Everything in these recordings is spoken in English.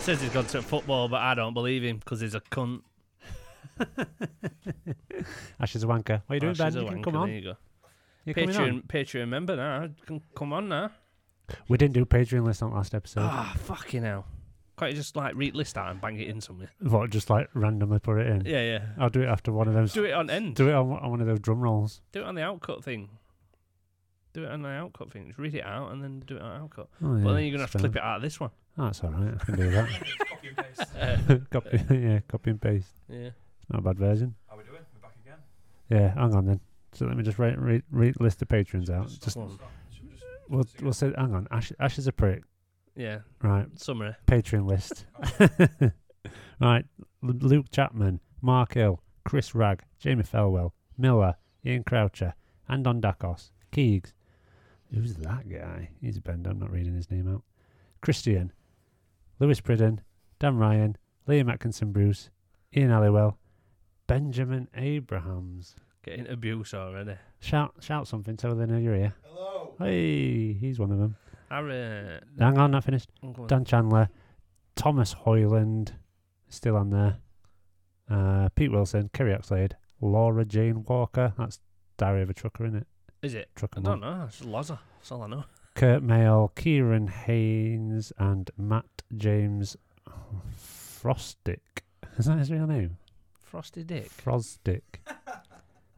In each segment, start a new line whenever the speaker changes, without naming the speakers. says he's gone to football, but I don't believe him because he's a cunt.
Ash is a wanker. What are you doing,
Ash
Ben?
is a
You can
wanker,
come
There
on.
you go.
You're coming on.
Patreon, Patreon member now. Can come on now.
We didn't do Patreon list on last episode.
Ah, fucking hell. Can't you just like read list out and bang it in somewhere?
What, just like randomly put it in?
Yeah, yeah.
I'll do it after one of those.
Do it on end.
Do it on, on one of those drum rolls.
Do it on the outcut thing. Do it on the outcut thing. Just read it out and then do it on outcut.
Oh,
But
yeah,
then you're gonna have to
spell
clip it out of this one.
Oh, that's all right. I can do that. copy, yeah, copy and paste.
Yeah.
It's not a bad version.
How we doing? We're back again.
Yeah, hang on then. So let me just re- re- re- list the patrons out. Just
Should we just
we'll, we'll say, hang on. Ash, Ash is a prick.
Yeah.
Right,
Summary.
Patreon list. right, L- Luke Chapman, Mark Hill, Chris Ragg, Jamie Felwell, Miller, Ian Croucher, Andon Dakos, Keegs. Who's that guy? He's a bend. I'm not reading his name out. Christian, Lewis Pridden, Dan Ryan, Liam Atkinson Bruce, Ian Halliwell, Benjamin Abrahams.
Getting abuse already.
Shout shout something so they know you're here.
Hello.
Hey, he's one of them.
I uh,
Hang on, not finished.
I'm going-
Dan Chandler, Thomas Hoyland, still on there. Uh, Pete Wilson, Kerry Oxlade, Laura Jane Walker. That's Diary of a Trucker, isn't it?
Is it? I
Trucker Mum.
don't know. It's Lazar. That's all I know.
Kurt Mayle, Kieran Haynes, and Matt James Frostick. Is that his real name?
Frosty Dick.
Frostick.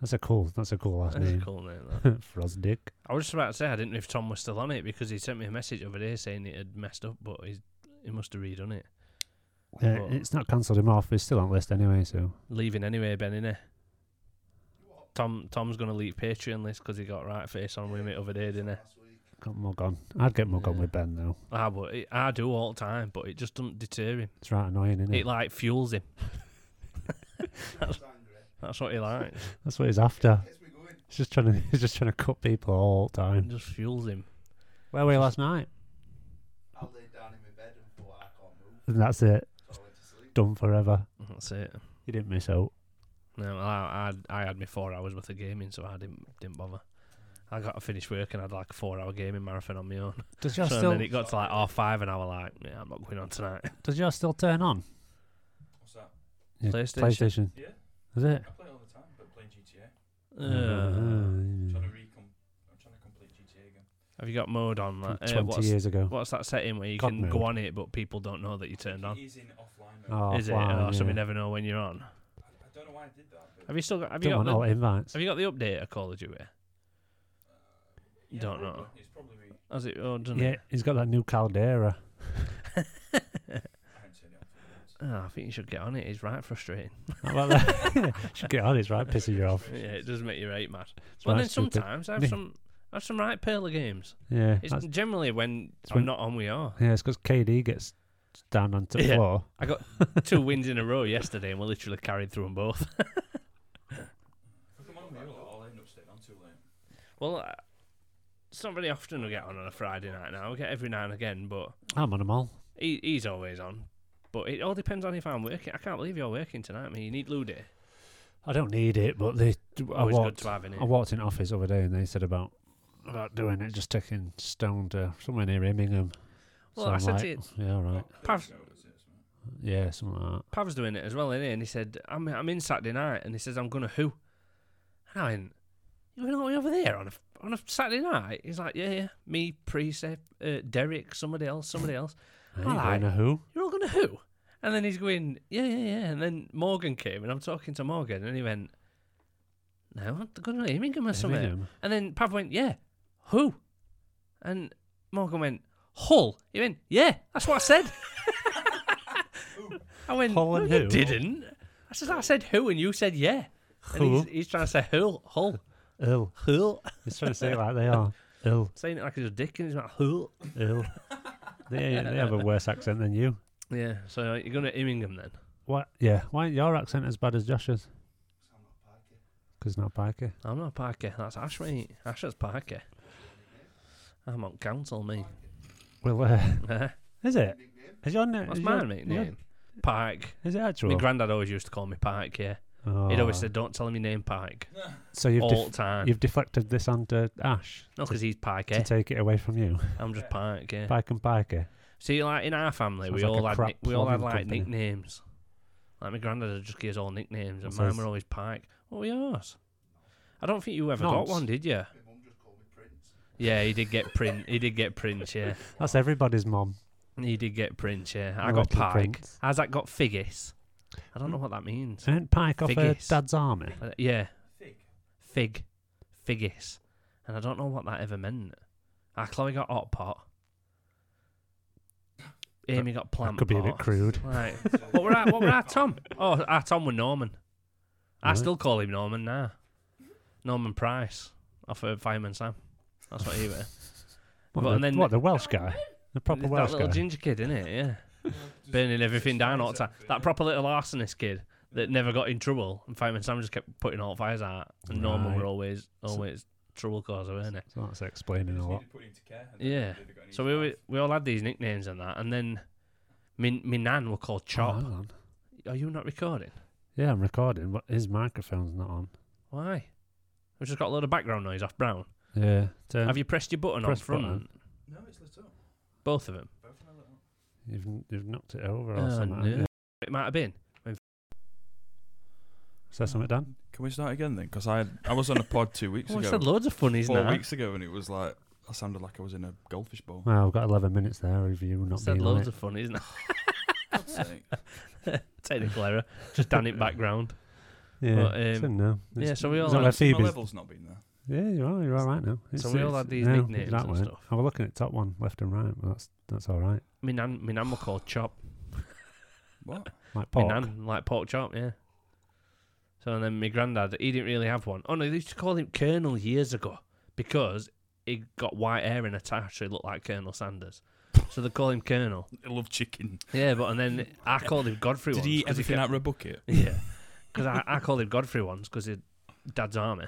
That's a cool. That's a cool last
That's a
name.
cool name. That.
Frosdick.
I was just about to say I didn't know if Tom was still on it because he sent me a message the other day saying it had messed up, but he he must have redone it.
Yeah,
But-
Uh, it's not cancelled him off. He's still on the list anyway. So
Leaving anyway, Ben, innit? Tom Tom's gonna leave Patreon list because he got right face on with me the other day, didn't he?
got mug on. I'd get mug on
Yeah.
with Ben though.
Ah, but it, I do all the time, but it just doesn't deter him.
It's right annoying, isn't it?
It like fuels him. that's, that's what he likes.
That's what he's after. He's just trying to. He's just trying to cut people all the
It
time.
just fuels him.
Where were you last night?
I laid down in my bed and thought I can't move,
And that's it.
so I went to sleep.
Done forever.
That's it.
You didn't miss out.
No, I, I I had my four hours worth of gaming, so I didn't didn't bother. I got to finish work and I had like a four hour gaming marathon on my own.
Does
So
yours
and
still?
then it got to like half five, and I was like, "Yeah, I'm not going on tonight."
Does yours still turn on?
What's that?
Your
PlayStation.
PlayStation.
Yeah.
Is it?
I play all the time, but playing GTA.
Uh,
I'm
Uh,
trying to recom- I'm trying to complete GTA again.
have you got mode on? Like, uh,
Twenty
what's,
years ago.
what's that setting where you
God
can
mode.
go on it, but people don't know that you turned on?
He's in offline
Oh,
mode.
Is it?
wow,
Or so we
yeah.
never know when you're on.
I, I don't know why I did that, but
Have you still got? Have you
Don't
got?
want
The,
all invites.
have you got the update of Call of Duty?
yeah,
don't know.
probably- It's probably me.
Has it? Oh, doesn't
Yeah,
it?
he's got that new caldera.
I haven't turned it on for years.
Oh, I think you should get on it. It's right frustrating.
How about that? Should get on. It's right pissing you off.
yeah, it does make you right mad.
It's
Well,
right
then
stupid.
sometimes I have
Yeah.
some. I have some right pearl of games.
Yeah.
It's
that's-
generally when
it's
I'm
when-
not on, we are.
Yeah, it's because KD gets down onto the
Yeah.
floor.
I got two wins in a row yesterday, and we literally carried through them both.
If I'm on my own, I'll end up staying on too late.
Well, uh, it's not very often we get on on a Friday night now. We get every now and again, but
I'm on them all.
he, he's always on. But it all depends on if I'm working. I can't believe you're working tonight. I mean, you need Lou Day.
I don't need it, but they. I
Always
walked,
good to have in it.
I walked in office the other day and they said about about doing it, just taking Stone to somewhere near Immingham.
Well, I
I'm
said
like,
to you,
yeah, all right.
Pav,
Yeah, something like
Pav's doing it as well, innit? And he said, I'm, I'm in Saturday night. And he says, I'm going to who? And I went, You're going all the way over there on a, on a Saturday night? He's like, Yeah, yeah. Me, Precept, uh, Derek, somebody else, somebody else.
that.
I
I ain't
like-
going to who?
you're all going to who? And then he's going, yeah, yeah, yeah. And then Morgan came, and I'm talking to Morgan, and he went, no, I'm going to Immingham or something.
Immingham.
And then Pav went, yeah, who? And Morgan went, Hull. He went, yeah, that's what I said. I went,
Hull and
no, you
who?
didn't. I said, I said who, and you said yeah. And he's,
Who?
he's trying to say Hull, Hull,
Ill.
Hull.
He's trying to say it like they are. Ill,
Saying it like he's a dick, and he's like, Hull.
ill. They, they have a worse accent than you.
Yeah, so you're going to Immingham then?
What? Yeah. Why ain't your accent as bad as Josh's? Because not Piker.
I'm not Parker. That's Ash, mate. Ash is Parker. I'm on council, mate.
Well, uh,
Eh?
is it? Is your name?
That's
is
mine,
your,
mate.
is your-
Name. Park.
Is it actual?
My granddad always used to call me Park, yeah. He'd
Oh.
always said, don't tell him your name, Park.
So you've
all
def-
the time.
you've deflected this onto Ash
No, because he's Park, yeah.
to take it away from you.
I'm just Park, yeah.
Pike and Piker.
See, like in our family, we
Sounds like
all
a
had
crap
nick- we all had
plumbing
like
company.
nicknames. Like my granddad would just give us all nicknames, and
What's
mine
his?
were always Pike. What were yours? I don't think you ever got
Nonce.
one, did you? Yeah, he did get Prince. He did get Prince. Yeah,
That's everybody's mom.
he did get Prince. Yeah, I
I
got
like your
Pike.
Prince.
How's that got Figgis? I don't know
Hmm.
what that means.
Ain't Pike off her
Figgis.
dad's army?
Uh, yeah,
Fig.
fig, figgis, and I don't know what that ever meant. Ah, Chloe got hot pot. Amy got plant
That could be a
pot.
bit crude.
Right. what were our, what were our Tom? Oh, our Tom were Norman. I
Right.
still call him Norman now. Norman Price off of Fireman Sam. That's what he were.
What,
Well,
the,
and then-
what, the Welsh guy? The proper
that
Welsh
little
guy?
ginger kid, innit? Yeah. Burning everything down all the time. That proper little arsonist kid that never got in trouble. And Fireman Sam just kept putting all fires out. And Norman
Right.
were always always trouble causer, weren't it?
So that's explaining a lot.
Yeah. So we, we we all had these nicknames and that. And then min my nan were called
Oh,
Chop.
hang on.
Are you not recording?
Yeah, I'm recording, but his microphone's not on.
Why? We've just got a lot of background noise off Brown.
Yeah. Turn,
Have you pressed your button
press
on front?
Um, button.
No, it's lit up.
Both of them.
Both of them are lit up.
You've, you've knocked it over or
Oh,
something.
no.
haven't you?
It might have been.
Is that something done?
Can we start again then? Because I had, I was on a pod two weeks
Oh, I
ago.
said loads of funnies
four
now.
weeks ago, and it was like I sounded like I was in a goldfish bowl.
Well, I've got 11 minutes there of you not
said
being on
loads of
it.
funnies now.
God's sake.
Technical error. Just down in background.
yeah,
but,
it's
um,
in now. It's-
yeah, so we all
it's not
had-
where
So
My
Phoebe's-
level's not been there.
Yeah, you are. You're all right now.
So we all had these nicknames
that
and
one.
stuff.
I was looking at top one left and right, but that's that's all right.
My nan, my nan were called Chop.
What?
Like
My
pork.
nan, like pork chop, yeah. So then my granddad, he didn't really have one. Oh no, they used to call him Colonel years ago because he got white hair and a tash, so he looked like Colonel Sanders. So they call him Colonel.
I love chicken.
Yeah, but and then I called him Godfrey
Did
once.
he eat
'cause
everything
kept-
out of a bucket?
Yeah, because I, I called him Godfrey once because his dad's army,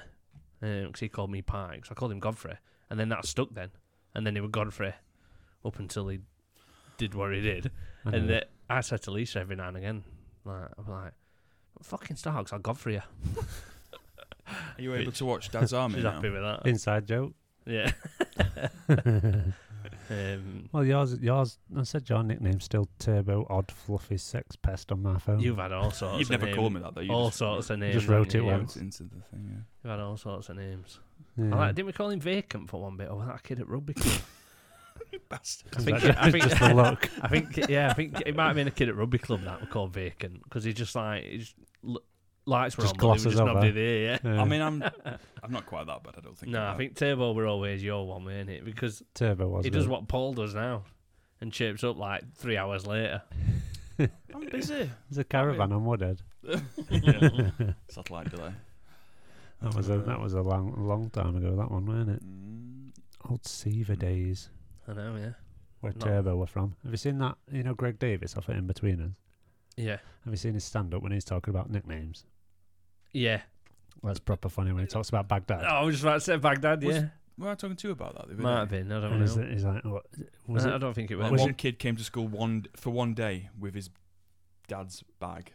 because he called me Pike. So I called him Godfrey, and then that stuck. Then and then he was Godfrey up until he did what he did.
I know.
And that I said to Lisa every now and again, like I'm like, fucking Starks, I'll go for you.
Are you able to watch Dad's Army
She's
now?
happy with that.
Inside joke.
Yeah. um,
Well, yours, yours. I said your nickname's still Turbo Odd Fluffy Sex Pest on my phone.
you've had all sorts.
You've
of
never
name-
called me that though. You
all
just-
sorts of names.
just wrote
haven't
it
you?
once.
went into the thing.
You've had all sorts of names.
Yeah.
I like, didn't we call him vacant for one bit? Or was that a kid at rugby club?
Yeah. Bastard.
I think-
Is that
I think-
just the look.
I think yeah, I think it might have been a kid at rugby club that we called vacant because he just like he just l- lights were
Just
on, but he was
glosses
just
over.
nodded here. Yeah.
Yeah.
I mean, I'm I'm not quite that bad. I don't think.
no,
I'm
I
that.
think Turbo were always your one, weren't it? Because
Turbo was.
he does
the-
what Paul does now, and chirps up like three hours later.
I'm busy.
There's a caravan on Woodhead.
Yeah. Satellite delay.
That was a that was a long long time ago. That one, wasn't it?
Mm,
Old Seaver days,
I know, yeah,
where
Mm. Not-
Turbo were from. Have you seen that? You know, Greg Davis off at In Between Us.
yeah,
Have you seen his stand up when he's talking about nicknames?
yeah.
That's proper funny when he talks about Baghdad.
Oh, I was just about to say Baghdad.
Was-
Yeah,
Were I talking to you about that? the other
might
day?
have been. I don't
And he's,
know. Uh,
he's like, what,
I-
was
I,
it?
don't think it was.
Like
Was
one
it-
kid came to school one for one day with his dad's bag.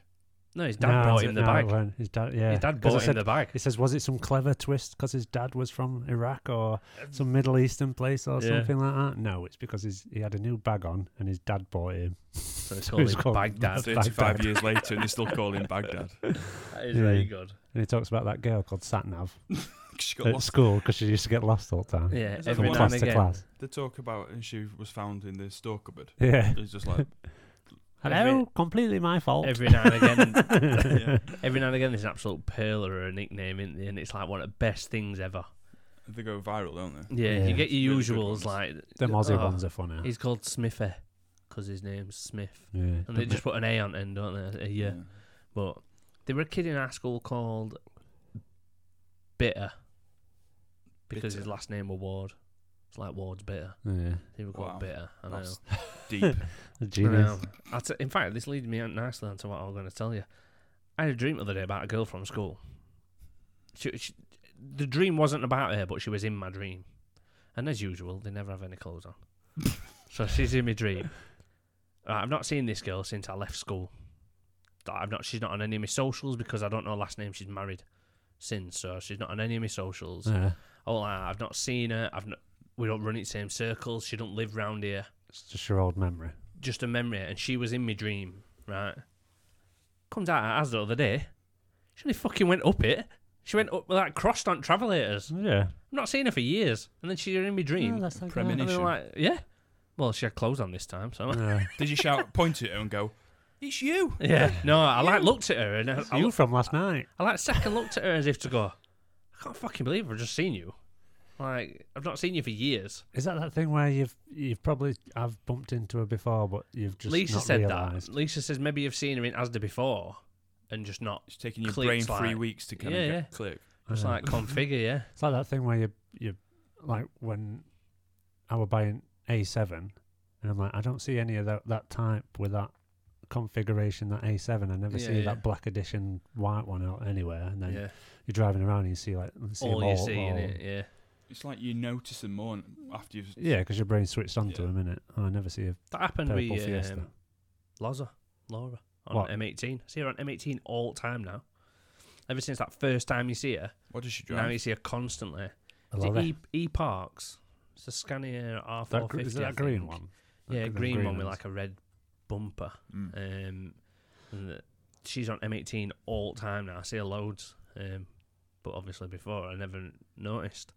no, his dad
No,
bought
was
him
it-
the
no, it
bag.
weren't. His dad, yeah.
His dad
'Cause I
bought him
said-
the bag.
He says, was it some clever twist because his dad was from Iraq or some Middle Eastern place or
Yeah.
something like that? No, it's because his, he had a new bag on and his dad bought him.
So it's
So
called
it's
him
called
Baghdad.
Baghdad.
Thirty-five years later, and they still call him Baghdad.
That is
Yeah.
really good.
And he talks about that girl called Satnav
She got
at
lost.
school because she used to get lost all the time.
Yeah,
Is that the
every
From
one
now
class
and
to
again.
class.
They talk about, and she was found in the store cupboard.
Yeah.
It's just like
Hello,
Every-
completely my fault.
Every now and again,
yeah.
Every now and again, there's an absolute pearl or a nickname, isn't there? And it's like one of the best things ever.
they go viral, don't they?
Yeah,
Yeah.
you get your
Really good
usuals
ones.
like
the Aussie
oh,
ones are funny.
He's called Smithy because his name's Smith,
Yeah.
and they
don't
just put an A on end, don't they? Yeah. But there were a kid in our school called Bitter because his
Bitter.
last name was Ward. It's like Ward's Bitter.
they? Yeah.
They were called
Wow.
Bitter. I know.
That's deep.
A
Um, I know.
genius.
I'll t- in fact, this leads me on nicely onto what I was going to tell you. I had a dream the other day about a girl from school. She, she, the dream wasn't about her, but she was in my dream. And as usual, they never have any clothes on. so she's in my dream. Right, I've not seen this girl since I left school. That I've not. She's not on any of my socials because I don't know her last name. She's married since, so she's not on any of my socials.
Yeah.
Oh, like, I've not seen her. I've not. We don't run in the same circles. She don't live round here.
It's just your old memory.
just a memory, and she was in my dream, right? Comes out as the other day. She only fucking went up it. She went up like crossed on travelators.
Yeah.
I've not seen her for years, and then she's in my
Oh,
dream.
Oh, that's like
and
Premonition.
I'm like, yeah. Well, she had clothes on this time, so
Did you shout, point at her and go, it's you?
yeah. No, I like looked at her, and I, I,
you from last night.
I like second looked at her as if to go, I can't fucking believe I've just seen you. Like I've not seen you for years.
Is that that thing where you've you've probably I've bumped into her before, but you've just
Lisa
not
said
realised?
that. Lisa says maybe you've seen her in Asda before, and just not
It's taking your
Clicks
brain
like-
three weeks to kind
Yeah,
of
yeah.
get click.
just
Yeah.
like configure. Yeah.
It's like that thing where you you like when I were buying A seven, and I'm like, I don't see any of that that type with that configuration that A seven. I never
Yeah,
see
yeah.
that black edition white one out anywhere. And then
yeah.
you're driving around and you see like see 'em
All you see
all.
in it. Yeah.
It's like you notice them more after you've.
Yeah, because your brain switched on to
Yeah.
them, innit? Oh, I never see a
That happened
purple
with
Fiesta.
um, Laza, Laura on
What?
M18. I see her on M18 all the time now. Ever since that first time you see her,
What does she
now
drive?
you see her constantly.
I
Is it
love it.
E, e Parks. It's a Scania R450.
That gr- is it
I
that green
think.
one? That
Yeah,
gr- the
green, one with
ones.
like a red bumper.
Mm.
Um, and the, she's on M18 all the time now. I see her loads. Um, but obviously before I never noticed.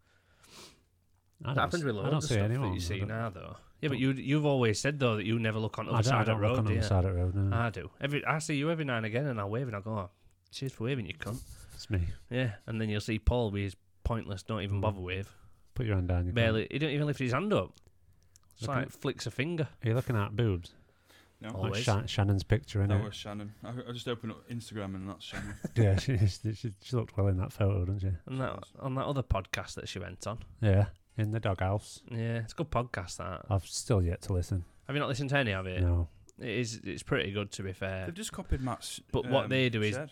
That
I don't,
happens
s-
with
I
loads
don't
of
see
stuff
anyone.
that you
I
see
don't-
now, though. Yeah, but
don't-
you you've always said though that you never look on the other
I don't,
side
I don't
of the
look
road. Uh,
on
do
the
you?
other side of the road. No,
I do. Every I see you every now and again, and I wave and I go, oh, "Cheers for waving, you cunt."
it's me.
Yeah, and then you'll see Paul with his pointless, don't even bother wave.
Put your hand down. Mm-hmm. You
Barely, he don't even lift his hand up. It's
Looking-
like flicks a finger.
Are you looking at boobs?
No.
Like
Always.
Shan- Shannon's picture in
That
it.
was Shannon. I, I just opened up Instagram and that's Shannon.
Yeah, she, she, she, she looked well in that photo, didn't she?
And that on that other podcast that she went on.
Yeah, in the doghouse.
Yeah, it's a good podcast. That
I've still yet to listen.
have you not listened to any of it?
Oh. No,
It is. It's pretty good to be fair.
They've just copied Matt's.
But what
um,
they do is-
shed.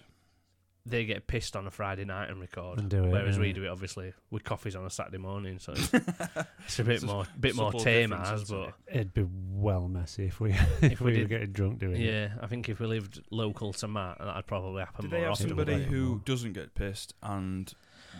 They get pissed on a Friday night and record,
And do it,
whereas we
Mm. yeah.
do it obviously with coffees on a Saturday morning. So it's, it's a bit
It's a
more, bit more
subtle
tame
difference,
as,
isn't
but
it?
it'd be well messy if we if,
If we
we, were
did-
getting drunk doing it.
Yeah, I think if we lived local to Matt, that'd probably happen
Do
more
they have
often.
somebody
wouldn't they?
who doesn't get pissed and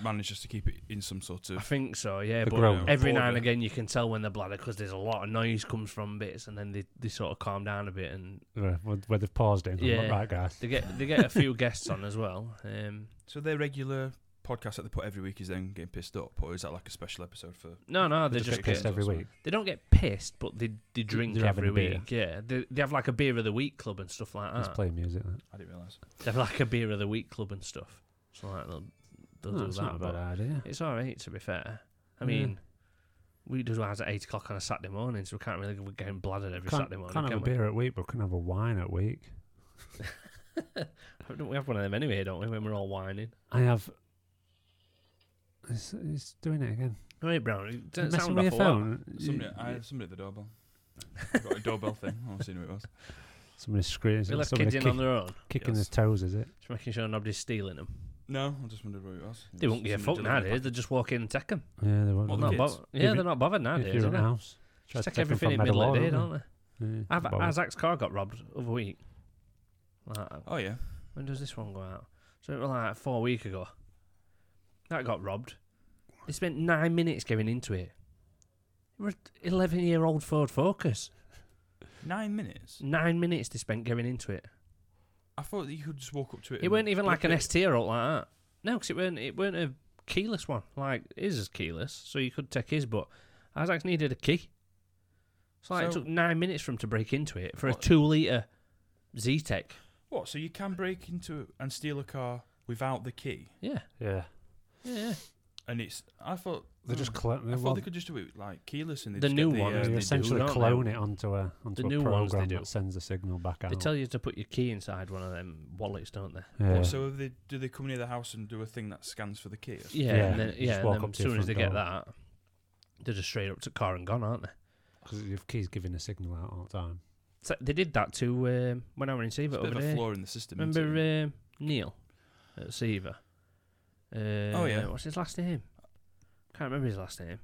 manages to keep it in some sort
I
of.
think so, yeah.
The
But
grown-up.
every now and
Order.
again, you can tell when they're bladder because there's a lot of noise comes from bits, and then they, they sort of calm down a bit, and
Yeah, where, where they've paused it. and gone,
Yeah.
"Look, right, guys.
they get they get a few guests on as well. Um,
So their regular podcast that they put every week is then getting pissed up, or is that like a special episode for?
no, no, they
They
just
get
get,
pissed every week.
they don't get pissed, but they they drink
They're having
every
a beer.
week. Yeah, they they have like a beer of the week club and stuff like
Let's
that.
play music. Then.
I didn't realise.
They have like a beer of the week club and stuff. So like they'll they'll
No,
do
that's
that.
Ah, not a
but
bad idea.
It's all right, to be fair. I
Yeah.
mean, we do ours at eight o'clock on a Saturday morning, so we can't really we're getting bladdered every
Can't,
Saturday morning.
can't have a
can
beer at week, but can have a wine at week.
we? we have one of them anyway, don't we? When we're all whining.
I have. It's, it's doing it again.
All right, Brown. It doesn't
Messing
sound
with your
awful, what?
phone.
Somebody,
You-
I had somebody at the doorbell. I got a doorbell thing. I haven't seen who it was.
Somebody's screaming.
We left
somebody
kids in
kick-
on their own,
kicking
Yes.
his toes, is it?
just making sure nobody's stealing them.
No, I just wondered who it was.
They won't give a fuck nowadays. They just walk in and take them.
Yeah, they won't.
Well,
not
the
bo-
kids.
yeah,
If-
they're not bothered
if
nowadays.
you're
are
in
they?
the house. Try
Just
to
take
them
everything
from
in middle
Meadowall,
of the day,
don't
don't they?
they? Yeah,
I've,
bother.
Isaac's car got robbed over week. Like,
Oh yeah.
When does this one go out? So it was like four week ago. That got robbed. They spent nine minutes getting into it. It was eleven year old Ford Focus.
Nine minutes.
Nine minutes they spent getting into it.
I thought that you could just walk up to it.
It
and
weren't even like
flip
an
it.
ST or like that. No, because it weren't. It weren't a keyless one. Like his is keyless, so you could take his. But Isaac's needed a key. So like, it
So-
took nine minutes for him to break into it for
What?
a two liter Z-Tech.
What? So you can break into and steal a car without the key,
Yeah,
Yeah.
yeah. yeah.
and it's. I thought
They just
oh,
cl-
I
they
thought
want-
they could just do it like keyless and they
The
just
new
get the,
one,
uh,
yeah,
they
the-
essentially
don't they?
clone it onto a onto
The
a
new ones they
program
do.
that sends a signal back out.
Oh.
They tell you to put your key inside one of them wallets, don't they?
yeah.
What, so they, do they come near the house and do a thing that scans for the key? or something?
Yeah,
Yeah,
and then,
you just
yeah. And
walk
then
up
as
to your
soon as they get
front door.
that, they're just straight up to car and gone, aren't they?
Because your key's giving a signal out all the time.
So they did that to um, when I were in
It's
Seaver
a bit
over
of a
there.
flaw in the system. isn't it?
Remember um, Neil at Seaver? Uh, oh
yeah.
What's his last name? Can't remember his last name.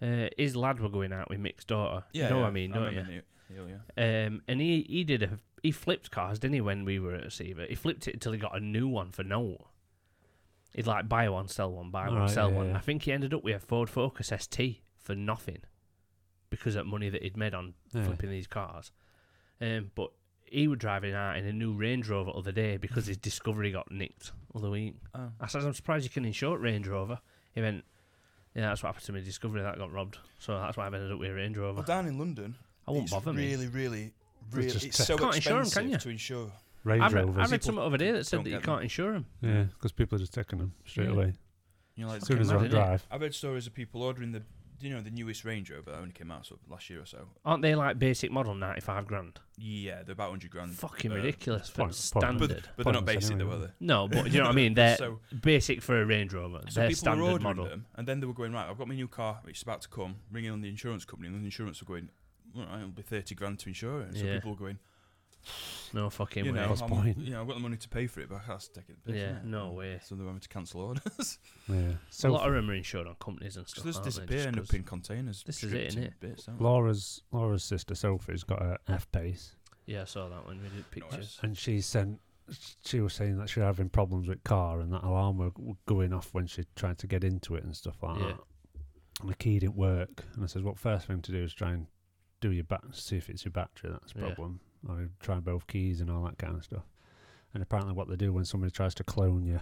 Uh, his lad were going out with Mick's daughter. you know what I mean, don't you?
remember the- yeah, yeah.
Um, and he he did a he flipped cars, didn't he? When we were at Seaver, he flipped it until he got a new one for note. He'd like buy one, sell one, buy one,
Alright,
sell
yeah,
one.
yeah.
I think he ended up with a Ford Focus ST for nothing. because of money that he'd made on
Yeah.
flipping these cars. Um, but he was driving out in a new Range Rover the other day because his Discovery got nicked other week.
Oh.
I said, I'm surprised you can insure a Range Rover. He went, Yeah, that's what happened to me. Discovery that got robbed. So that's why I've ended up with a Range Rover.
Well, down in London,
I won't
it's
bother me.
really, really, really,
just
it's
te-
so
Can't insure 'em,
expensive
can you?
to insure.
Range
I read,
Rovers.
I read
People
something over there that
don't
said that you
get them.
can't insure them.
yeah, because people are just taking them straight
Yeah.
away
You're like,
as soon
fucking
as they're
mad,
on
isn't it?
drive.
I've heard stories of people ordering the, you know, the newest Range Rover that only came out sort of last year or so.
Aren't they like basic model, 95 grand?
Yeah, they're about hundred grand.
Fucking
uh,
ridiculous for
point- point.
standard.
But, but they're not
Pointless
basic though,
anyway.
are they?
no, but do you know what I mean? They're
So-
basic for a Range Rover.
So
They're
people were
standard
ordering
model.
them, and then they were going right. I've got my new car; it's about to come. Ringing on the insurance company, and the insurance were going, "All right, it'll be thirty grand to insure it." And so
Yeah.
people were going,
No fucking
you
way.
know,
what's
I'm-
the point?
you know, I've got the money to pay for it, but that's taking the piss.
yeah,
isn't it?
no way.
So they were having to cancel orders.
Yeah.
a
So
lot of them are insured on companies and
So
stuff.
they just
aren't they?
disappear,
Just
end up
'cause-
in containers.
This is it,
stripped in
innit?
Bits, don't they?
Laura's Laura's sister Sophie's got a F pace,
Yeah, I saw that one. We did pictures.
and she sent. She was saying that she was having problems with car, and that alarm were were going off when she tried to get into it and stuff like
Yeah.
that. And the key didn't work. And I says, "Well, first thing to do is try and do your bat, see if it's your battery that's a
Yeah.
problem. Or try both keys and all that kind of stuff." And apparently, what they do when somebody tries to clone you,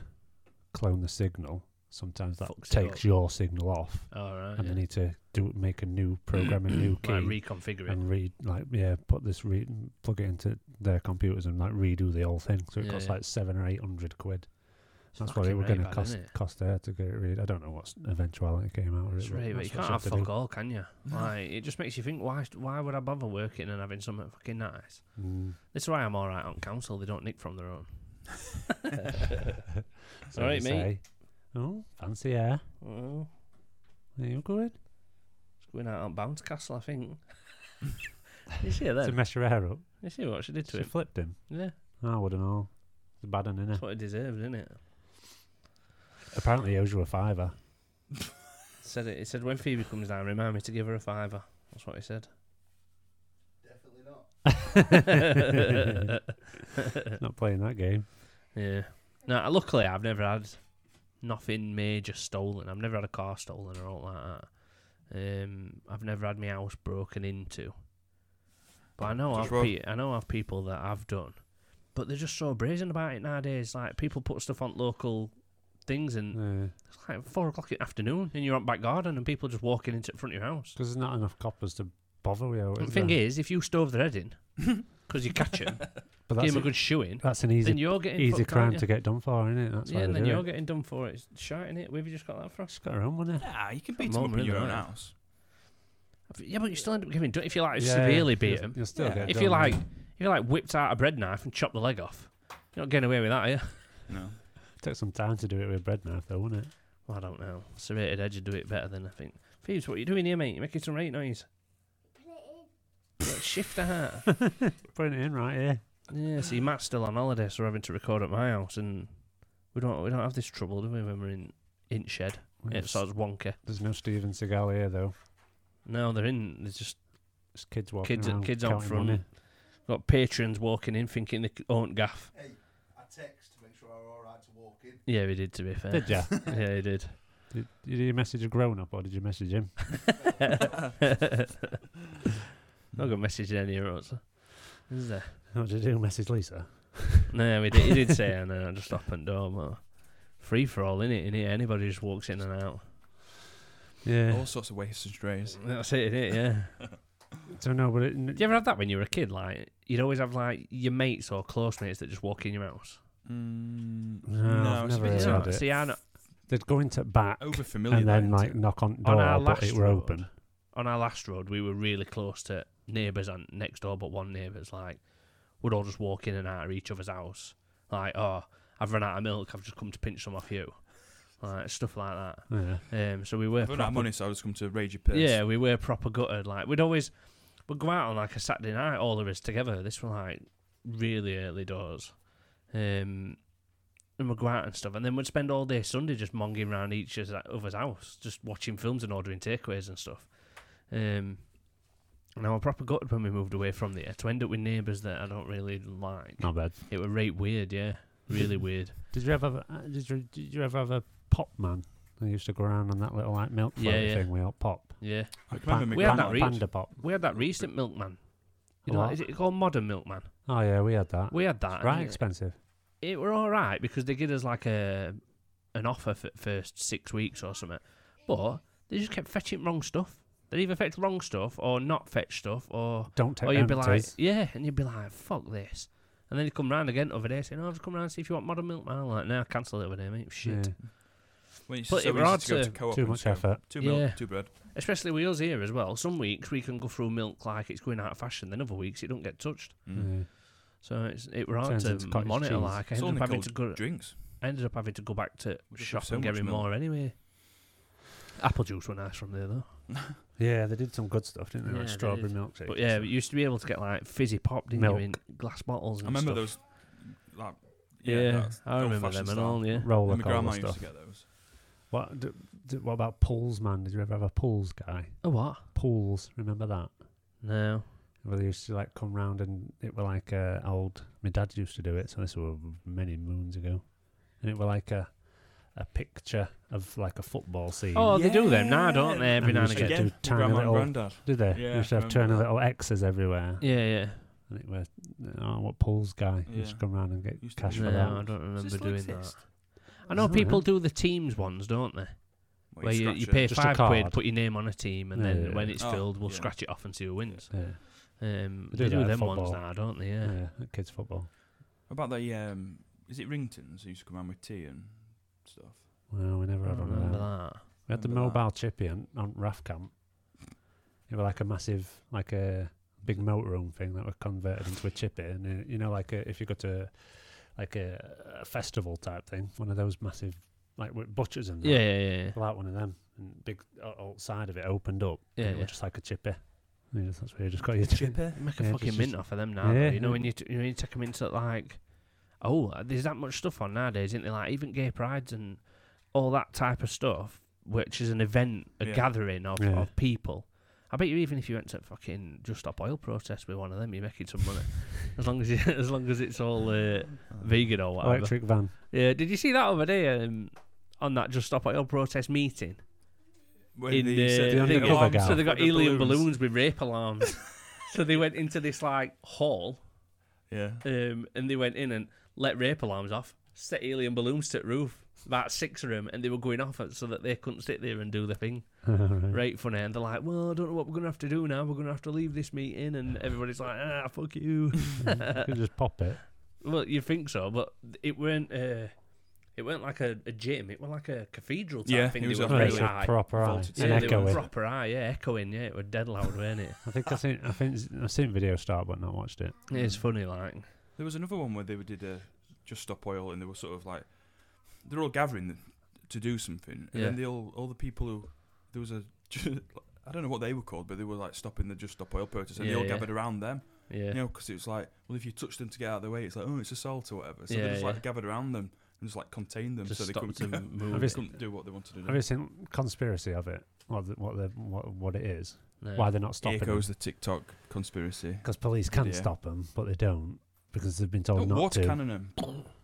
clone the signal, sometimes that
Fucks it
takes
up.
your signal off,
All right.
and
yeah.
they need to do make a new program, a new key,
Like reconfigure it.
and read like yeah, put this re- plug it into their computers and like redo the whole thing. So it
Yeah,
costs
yeah.
like seven or eight hundred quid.
It's
That's what it
fucking
was
really
going to
bad,
cost
isn't it?
cost her to get it read. I don't know what eventuality came out of it.
It's
but
really, but you
that's
can't
what
have
she had to do.
fuck all, can you? Like, it just makes you think. Why? Why would I bother working and having something fucking nice?
Mm.
This is why I'm all right on council. They don't nick from their own.
Mm. So
All right,
they
mate.
say, Oh, fancy hair.
Oh,
There you go.
it's going out on Bounce Castle, I think. you see her
To
then?
mess your hair up.
You see what she did to
She
him?
flipped him.
Yeah,
I wouldn't know. It's a bad one, innit?
that's what he deserved, isn't it?
Apparently, he owes you a fiver.
Said it. He said when Phoebe comes down, remind me to give her a fiver. That's what he said. Definitely not.
Not playing that game.
yeah. No, luckily I've never had nothing major stolen. I've never had a car stolen or all like that. Um, I've never had my house broken into. But I know
Just
I've
rob.
pe- I know I've people that I've done, but they're just so brazen about it nowadays. Like people put stuff on local things, and it's like four o'clock in the afternoon, and you're on back garden, and people just walking into the front of your house.
Because there's not enough coppers to bother with.
The
is
thing
there?
is, if you stove their head in, because you catch them,
but
give
that's,
them a
a-
good shoeing,
that's an easy
then you're getting
easy
fucked,
crime
aren't
to
you?
get done for, isn't it? That's
yeah,
why
and
they
then
do
you're
it.
getting done for it. It's shouting it. We've just got that from.
She's got her own money.
Nah, you can
Got
beat them up
moment,
in your
isn't
own
it?
house.
Yeah, but you still end up giving. If you like
Yeah,
severely beat
you'll-
them,
You'll still
Yeah.
get
if
done,
you like,
yeah.
if you like whipped out a bread knife and chopped the leg off, you're not getting away with that, are you?
No,
Took some time to do it with a bread knife, though, wouldn't it?
Well, I don't know. Serrated edge would do it better than I think. Phoebes, what are you doing here, mate? You're making some right noise. Like, Shift that.
Put it in right here.
Yeah, see, Matt's still on holiday, so we're having to record at my house, and we don't we don't have this trouble, do we? When we're in in shed, it
There's,
sounds wonky.
there's no Steven Seagal here, though.
No, they're in. There's just
It's kids walking
Kids-
around.
kids out
counting
front.
money.
got patrons walking in thinking they c- own gaff.
Hey, I text to make sure I'm all right to walk in.
Yeah, we did. To be fair,
Did ya?
yeah, he did.
Did, did you message a grown up or did you message him?
Not got message in any answer. Is there?
What did you do? Message Lisa?
No, we did, he did say, and then I just up and door. But free for all, innit? Innit? Anybody just walks in and out.
Yeah.
all sorts of wastes and strays.
That's it, innit? Yeah.
So no, Oh, but it,
Do you ever have that when you were a kid? Like you'd always have like your mates or close mates that just walk in your house.
Mm,
No, I've
it's a
never
bit
heard
Yeah,
of it.
See, I know,
they'd go into back
over familiar.
and then like knock on
on
door,
our
but
last
it were
road,
open.
on our last road, we were really close to neighbours and next door, but one neighbour's like would all just walk in and out of each other's house. Like, oh, I've run out of milk. I've just come to pinch some off you. Like stuff like that.
Yeah.
Um, so we were
I've run out
proper,
of money, so I'll just come to raid your piss.
yeah, we were proper gutted. Like we'd always we'd go out on like a Saturday night, all of us together. This was like really early doors, um, and we'd go out and stuff, and then we'd spend all day Sunday just monging around each other's- other's house, just watching films and ordering takeaways and stuff. Um, and I were proper gutted when we moved away from there to end up with neighbours that I don't really like.
Not bad.
It were right weird, yeah, really weird.
Did you ever? Have a, uh, did you? Did you ever have a pop man? They used to go around on that little like milk
Yeah,
float
yeah.
thing we all pop.
Yeah,
I
Pan-
remember
we
my
had
panda,
that reach.
panda pop.
we had that recent Milkman. You know,
What?
is it called Modern Milkman?
Oh yeah, we had that.
We had that. and
right
it-
expensive.
it were all right because they gave us like a an offer for first six weeks or something, but they just kept fetching wrong stuff. They either fetch wrong stuff or not fetch stuff, or
Don't take
or Oh, you'd be like,
empties.
yeah, and you'd be like, fuck this, and then you come round again over there saying, oh, I've come round and see if you want modern milk. Man, I'm like, no, cancel it over there, mate. Shit,
Yeah.
When it's
But
so
it were
easy
hard
to go
to-
to co-op
Too
and
much
just go,
effort.
Two milk,
Yeah.
two bread.
especially with us here as well. Some weeks we can go through milk like it's going out of fashion, then other weeks it don't get touched.
Mm.
Yeah.
So it's it were hard
Turns into
to
cottage
monitor.
cheese.
Like I
It's
ended
only
up having
called
to go.
Drinks.
I ended up having to go back to
Which is
shop
so
and
much
get him
milk.
more anyway. Apple juice were nice from there though.
Yeah, they did some good stuff, didn't they?
Yeah,
like
they
strawberry
did.
milkshake.
But yeah, but you used to be able to get like fizzy pop, didn't
Milk.
you, in glass bottles
I
and
remember
stuff.
those. Like, yeah,
Yeah,
that's
I remember
old-fashioned
them and
style.
all. Yeah,
roller
And my grandma
cola
used
stuff.
to get those.
What d d what about pools, man? Did you ever have a pools guy?
a what?
Pools, remember that?
No,
Where they used to like come round and it were like uh, old. My dad used to do it, so this were many moons ago, and it were like a a picture of like a football scene.
Oh, they do them now, don't
Yeah.
they, every
And
now
you
and
just get
again?
Again,
to
my
tiny
grandma and
little-
granddad.
Did they?
Yeah,
they used to
I
have turning
remember
little X's everywhere.
Yeah, yeah.
And it was, oh, what Paul's guy. You
Yeah.
Just come round and get
Used to
cash
do
for
No,
that.
I don't remember
Does this still
doing
exist?
that. I know
No,
people
yeah.
do the teams ones, don't they? Where you, you
scratch
pay
it.
Just a
five quid,
card.
put your name on a team, and
Yeah,
then
yeah,
when
yeah.
it's
Oh,
filled, we'll
yeah.
scratch it off and see who wins.
that. Yeah.
Um,
They
they
do
do
that at
them ones
football.
now, don't they?
Yeah.
Yeah.
at kids football.
About the um, is it Ringtons who used to come around with tea and stuff?
Well, we never
I
had
don't
one of
remember
them.
that.
We had the
Remember that.
mobile chippy on, on RAF camp. It was like a massive, like a big motorhome thing that was converted into a chippy. And uh, you know, like a, if you go to like a, a festival type thing, one of those massive, like with butchers and that.
Yeah, yeah, yeah. yeah.
like one of them. And big o- outside of it opened up.
Yeah,
and it
yeah.
was just like a chippy. Yeah, that's where you just got your chippy.
Make a
Yeah,
fucking
just-
mint off of them now. though.
Yeah.
You know when you t- you, know, you take them into like, oh, there's that much stuff on nowadays, isn't there? Like even gay prides and all that type of stuff, which is an event, a
Yeah.
gathering of,
Yeah.
of people. I bet you even if you went to fucking just stop oil protest with one of them, you're making some money. as long as you, as long as it's all uh, vegan or whatever.
Electric van.
Yeah. Did you see that over there um, on that just stop oil protest meeting? in the,
the
they
undercover
got-
guy.
So they got
the
helium balloons with rape alarms. so they went into this like hall
Yeah.
um, and they went in and let rape alarms off, set helium balloons to the roof, about six of them, and they were going off it so that they couldn't sit there and do the thing.
right.
Right funny, and they're like, "Well, I don't know what we're gonna have to do now. We're gonna have to leave this meeting," and everybody's like, "Ah, fuck you."
you
uh,
could just pop it.
well, you think so, but it weren't. Uh, it weren't like a, a gym. It was like a cathedral type
Yeah,
thing.
it was
they
a
were
very
Right,
really
so
high.
proper eye.
vaulted
Yeah,
and
they
ceiling.
were
echoing.
proper high, yeah, echoing, yeah, it was dead loud, weren't it?
I think I seen I think I've seen video start but not watched it.
It is funny, like
There was another one where they did a just stop oil, and they were sort of like they're all gathering to do something, and
Yeah.
then they all all the people who there was a I don't know what they were called, but they were like stopping the just stop oil protest, and
Yeah,
they all
yeah.
gathered around them,
yeah,
you know, because it was like well if you touch them to get out of the way, it's like oh it's assault or whatever, so
Yeah,
they just
yeah.
like gathered around them and just like contained them,
just
so they
stopped
couldn't,
them moving.
Obviously-
couldn't do what they wanted to do.
Have you seen conspiracy of it? What the, what, the, what what it is?
No.
Why they're not
Here
stopping?
goes the TikTok conspiracy.
Because police can
Yeah.
stop them, but they don't because they've been told
Oh,
not
water
to.
cannon 'em.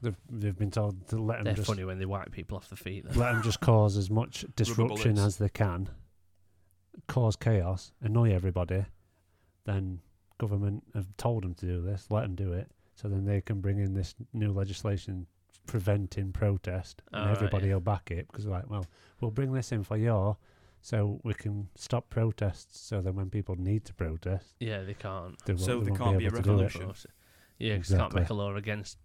They've, they've been told to let
They're
them just
funny when they wipe people off the feet. though.
let them just cause as much disruption
bullets.
as they can, cause chaos, annoy everybody. Then government have told them to do this. Let them do it, so then they can bring in this new legislation preventing protest, and
Oh, right,
everybody
yeah.
will back it because like, well, we'll bring this in for your, so we can stop protests. So then when people need to protest,
Yeah, they can't.
they won't,
So
they
there
won't
can't
be
be a
able to do it.
revolution.
Yeah, 'cause you can't
Exactly.
make a law against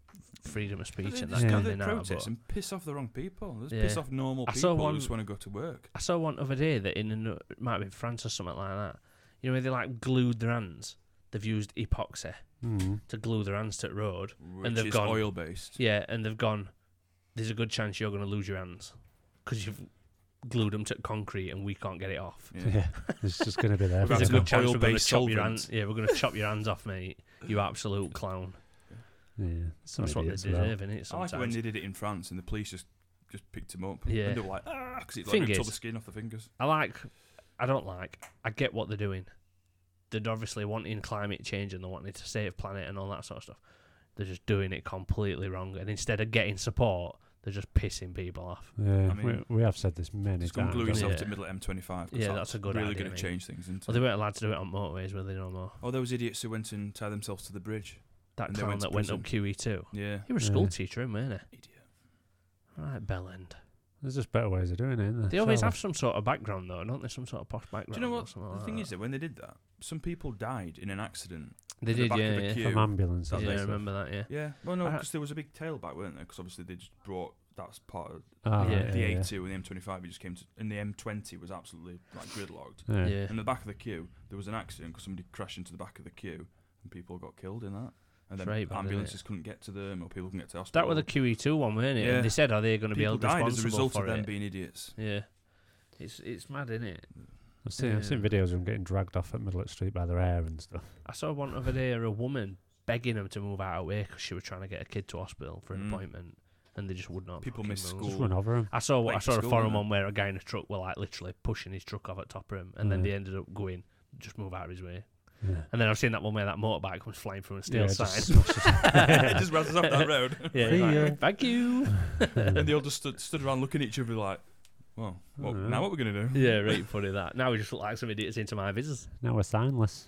freedom of speach and that
But they
Yeah.
just
kind
gather
of
at
thing. now,
protests
but-
and piss off the wrong people. Just
Yeah.
piss off normal
I saw
people
one-
who just want to go to work.
I saw one other day that in an, it might be France or something like that. You know, where they like glued their hands. They've used epoxy
Mm.
to glue their hands to the road.
Which
they've
is
gone-
oil based.
Yeah, and they've gone. There's a good chance you're going to lose your hands because you've glued them to concrete and we can't get it off.
Yeah. it's just going to be there.
We've
for
There's a
had
now.
good chance we're going to
oil-based
chop your hands.
solvent.
Yeah, we're going to chop your hands off, mate. You absolute clown.
Yeah, some
That's what they
idiots about.
deserve, innit?
I like
Sometimes.
it when they did it in France and the police just just picked him up.
Yeah.
And they were like, ah, because it like,
Thing
ripped all
is-
the skin off the fingers.
I like. I don't like. I get what they're doing. They're obviously wanting climate change and they're wanting to save planet and all that sort of stuff. They're just doing it completely wrong. And instead of getting support, They're just pissing people off.
Yeah,
I mean,
we, we have said this many times.
Just go and glue
haven't
yourself
yeah.
to middle M25. 'cause
Yeah, that's a good
Really
idea,
going
I
to
think.
change things, isn't
Well,
it?
they weren't allowed to do it on motorways, were they no more?
Oh, those idiots who went and tied themselves to the bridge.
That
And they
clown
went to
that went up
prison.
QE2.
Yeah.
He was a
Yeah.
school teacher, him, weren't
Idiot.
he? Right, Bellend.
we? There's just better ways of doing it. Isn't there?
They always
Surely.
have some sort of background, though, don't they? Some sort of posh background.
Do you know
or
what?
something
The
like
thing
that.
is that when they did that, some people died in an accident.
they
at the
did,
back of
yeah,
the
yeah.
queue.
from ambulance.
that
yeah,
they
I
stuff.
remember that, yeah.
Yeah. Well, no,
I-
because there was a big tailback, weren't there? Because obviously they just brought that's part of
Ah,
Oh, Yeah.
right,
the
yeah, yeah.
A2 and the M25. It just came to, and the M20 was absolutely like gridlocked.
Yeah.
Yeah.
In the back of the queue, there was an accident because somebody crashed into the back of the queue and people got killed in that. And then
It's very bad, isn't
ambulances couldn't get to them or people couldn't get to hospital.
That was the QE2 one, weren't it?
Yeah.
And they said, are they going to be
people
held
died
responsible
as a result
for
of them
it?
being idiots.
yeah. It's, it's mad, isn't it?
I've seen I've seen
Yeah.
videos of them getting dragged off at Middlet Street by their hair and stuff.
I saw one over there, a woman begging them to move out of the way because she was trying to get a kid to hospital for an
Mm.
appointment, and they just would not.
People
fucking
miss
move.
school.
Just run over them.
I saw what
Late
I
for
saw a
school,
forum
innit?
on where a guy in a truck were like literally pushing his truck off at top of him, and then
Yeah.
they ended up going just move out of his way.
Yeah.
And then I've seen that one where that motorbike comes flying through and
Yeah,
steals
just
signs.
smashes it.
it just runs us off that road.
yeah,
See
he's like,
ya.
thank you.
and they all just stood, stood around looking at each other like, well, what,
Yeah.
now what we're going to do?
Uh-huh. yeah, right, funny that. Now we just look like some idiots into my business.
now we're signless.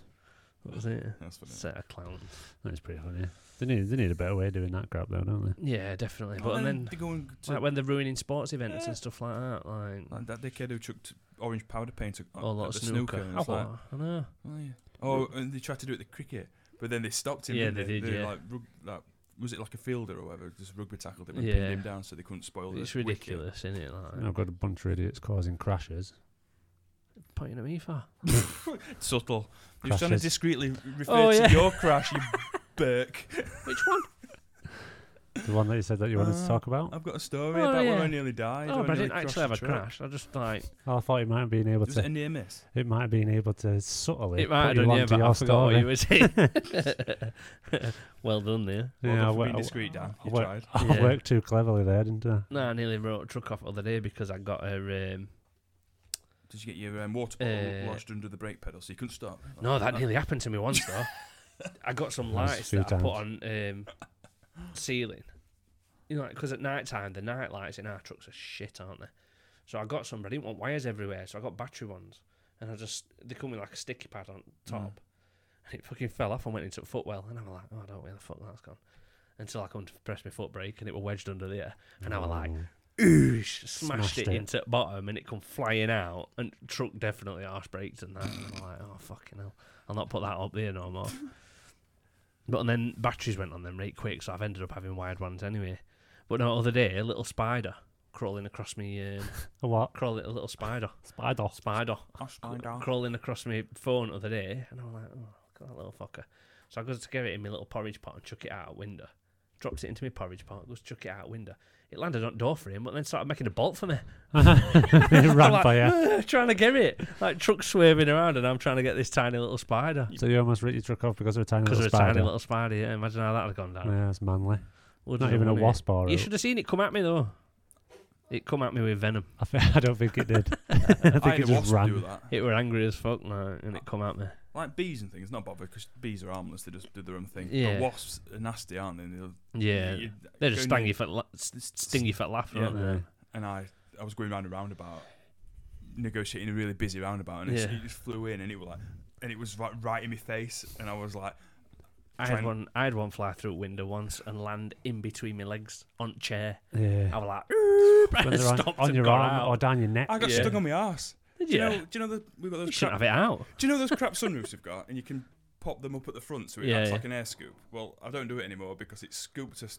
That was it.
That's funny.
Set of clowns.
That's pretty funny. They need, they need a better way of doing that crap, though, don't they?
Yeah, definitely. But
and
and then
they go and to
like when they're ruining sports events
Yeah.
and stuff like that, like
like that dickhead who chucked orange powder paint at,
oh,
at
lot of
the
snooker.
snooker. and it's
Oh,
like,
I know.
oh, yeah. oh, and they tried to do it at the cricket, but then they stopped him.
Yeah,
didn't
they did,
They,
yeah.
like, rug, like, was it like a fielder or whatever? Just rugby tackled him and
Yeah.
pinned him down so they couldn't spoil the
It's
wicket.
ridiculous, isn't it? Like,
I've got a bunch of idiots causing crashes.
pointing at me for.
Subtle. He was trying to
Crashes.
discreetly refer
Oh, yeah.
to your crash, you Burke.
Which one?
The one that you said that you wanted to
Uh,
talk about?
I've got a story
Oh,
about when
yeah.
I nearly died.
Oh,
when
but I
nearly
didn't actually have a
crashed the truck.
crash. I just like
Oh, I thought you might have been able
Was it a
to.
near miss?
It might have been able to subtly.
it might have
put you
done, yeah,
onto
but I
your
forgot what
story.
you were saying. well done there.
Well
Yeah,
done
I
for
wo-
being
I wo-
discreet, Dan.
I
You
wo-
tried.
I
Yeah.
worked too cleverly there, didn't I?
No, I nearly wrote a truck off the other day because I got her. Um,
Did you get your um, water bottle
Uh,
lodged under the brake pedal so you couldn't stop?
no, that nearly happened to me once though. I got some
That's a
lights
few
that I put on um, ceiling. You know, because at night time the night lights in our trucks are shit, aren't they? So I got some, but I didn't want wires everywhere, so I got battery ones, and I just they come with like a sticky pad on top, and it fucking fell off and went into a footwell, and I was like, oh, I don't know where the fuck that's gone. Until I come to press my foot brake and it were wedged under there, and I was like,
Oh.
oosh, smashed,
Smashed
it,
it.
into the bottom and it come flying out and truck definitely arse brakes and that and I'm like, oh fucking hell. I'll not put that up there no more. but and then batteries went on them right quick, so I've ended up having wired ones anyway. But no, other day a little spider crawling across me um,
A what?
crawling a little spider.
Spider.
Spider
Spider.
crawling across my phone the other day, and I'm like, oh, look at that little fucker. So I goes to get it in my little porridge pot and chuck it out a window. Drops it into my porridge pot, goes chuck it out a window. It landed on door for him, but then started making a bolt for me.
it
I'm
Uh-huh. ran
like,
for you.
"Ugh," trying to get it. Like truck swerving around, and I'm trying to get this tiny little spider.
So you almost ripped your truck off because of a tiny
Because
little
of a
spider.
tiny little spider, yeah. Imagine how that had gone down.
Yeah, that's manly.
Would've
Not
done,
even a
wouldn't it?
wasp or.
You
a-
should have seen it come at me, though. It come at me with venom.
I, thi- I don't think it did. I
I
think
had
it
a
just
wasp do
ran.
that.
It were angry as fuck, like, and it come at me.
Like bees and things, not bother because bees are harmless. They just do their own thing.
Yeah.
But wasps are nasty, aren't they? They'll,
Yeah.
you-
They're just
going
stingy for, la- s- stingy for laughter,
Yeah.
aren't they?
And I, I was going round a roundabout, negotiating a really busy roundabout, and it,
Yeah.
it just flew in, and it was like, and it was right, right in my face, and I was like,
I
try
had
and-
one. I had one fly through a window once and land in between my legs on a chair.
Yeah.
I was like,
When
I
they're on,
stopped
on
and
your
got
arm
out.
or down your neck.
I got
Yeah.
stuck on my ass.
did
Do
you?
you know? Do you know the we've got
you
those
shouldn't
crap
have it out.
Do you know those crap sunroofs we've got, and you can pop them up at the front so it
Yeah,
acts
yeah.
like an air scoop? Well, I don't do it anymore because it scooped a s-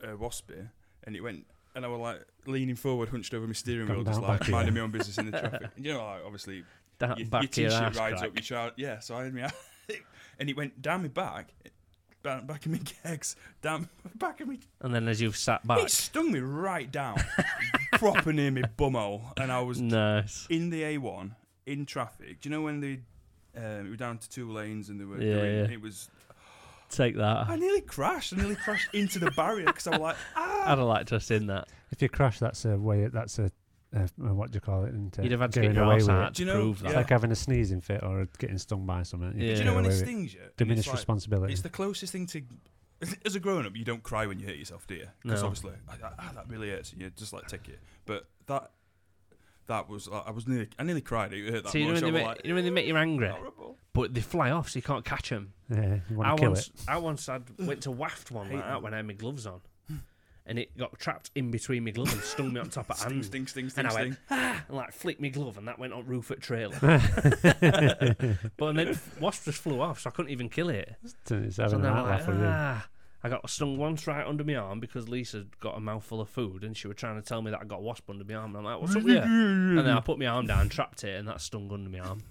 a wasp here, and it went, and I was like leaning forward, hunched over my steering
Come
wheel, just
down back
like
here.
minding my own business in the traffic. you know, like obviously
That
your,
back
your
to your
t-shirt
ass
rides
crack.
up, your child. Yeah, so I had my, and it went down my back, down back of my kegs, down back of me.
and then as you've sat back,
It stung me right down, proper near me bumhole, and I was
nice.
in the A1 in traffic. Do you know when they um, it were down to two lanes and they were, they
Yeah,
were in-
yeah.
it was
Take that.
I nearly crashed. I nearly crashed into the barrier because I was like, ah.
I'd have liked to have seen that.
If you crash, that's a way. That's a uh, what do you call it? Isn't it?
You'd have had to
Getting
get your
away
ass
with
out
it.
to
Do you know-
prove
It's
that.
Yeah.
like having a sneezing fit or getting stung by something. You
Yeah.
Do
get
you know when
away
it
with
stings you? And
Diminished
it's like,
responsibility.
It's the closest thing to as a grown up, you don't cry when you hurt yourself, do you? Because
No.
obviously, ah, ah, ah, that really hurts, and you just like take it. But that that was I was nearly I nearly cried. It hurt that
So you know,
much.
when they
I was
make,
like,
you know when they make you angry,
horrible.
but they fly off, so you can't catch them.
Yeah, you
I
want to kill
once,
it.
I once had went to waft one
Hate
like that
that.
when I had my gloves on, and it got trapped in between my glove and stung me on top of
Sting,
hand,
sting, sting,
and
sting,
I
sting.
went ah, and like flicked my glove, and that went on roof at trailer. but then f- wasp just flew off, so I couldn't even kill it.
It's
So
having
then
a
I'm
night
like,
laugh with you.
ah. I got stung once right under my arm because Lisa got a mouthful of food and she was trying to tell me that I got a wasp under my arm. And I'm like, what's up with you? And then I put my arm down, trapped it, and that stung under my arm.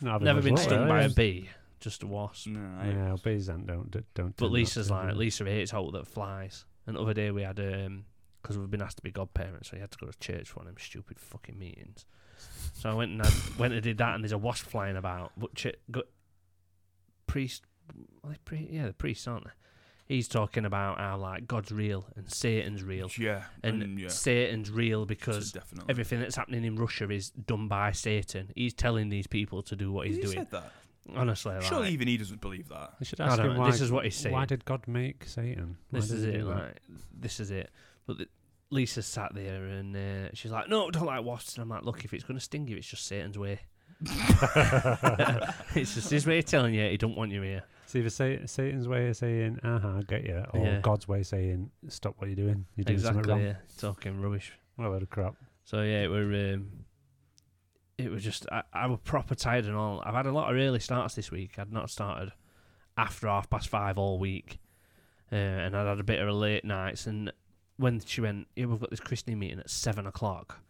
Not
I've
having
never
much
been
luck,
stung
though,
by
yeah.
a bee, just a wasp.
No, I-
Yeah, bees don't don't don't.
But Lisa's like, Lisa hates Holt that flies. And the other day we had, um, because we've been asked to be godparents, so you had to go to church for one of them stupid fucking meetings. So I went and I went and did that, and there's a wasp flying about. But ch- go- priest, are they pri- yeah, the priests aren't they? He's talking about how like God's real and Satan's real,
yeah,
and
yeah, so
Satan's real because
definitely.
everything that's happening in Russia is done by Satan. He's telling these people to do what he's
he
doing.
said that.
Honestly, like,
Surely even he doesn't believe that.
I should
I
ask
don't
him
know,
why.
this is what he's saying.
Why did God make Satan? Why
this
did
is
he
it.
do that?
Like, this is it. But the, Lisa sat there and uh, she's like, "No, don't like wasps." And I'm like, "Look, if it's going to sting you, it's just Satan's way. it's just his way of telling you he don't want you here."
It's either Sa- Satan's way of saying, "Aha, uh-huh, get you," or
Yeah.
God's way of saying, "Stop what you're doing. You're doing something
Exactly.
wrong."
Yeah. Talking rubbish.
What a load of crap.
So yeah, it were. Um, it was just I, I was proper tired and all. I've had a lot of early starts this week. I'd not started after half past five all week, uh, and I'd had a bit of a late nights. And when she went, yeah, we've got this christening meeting at seven o'clock.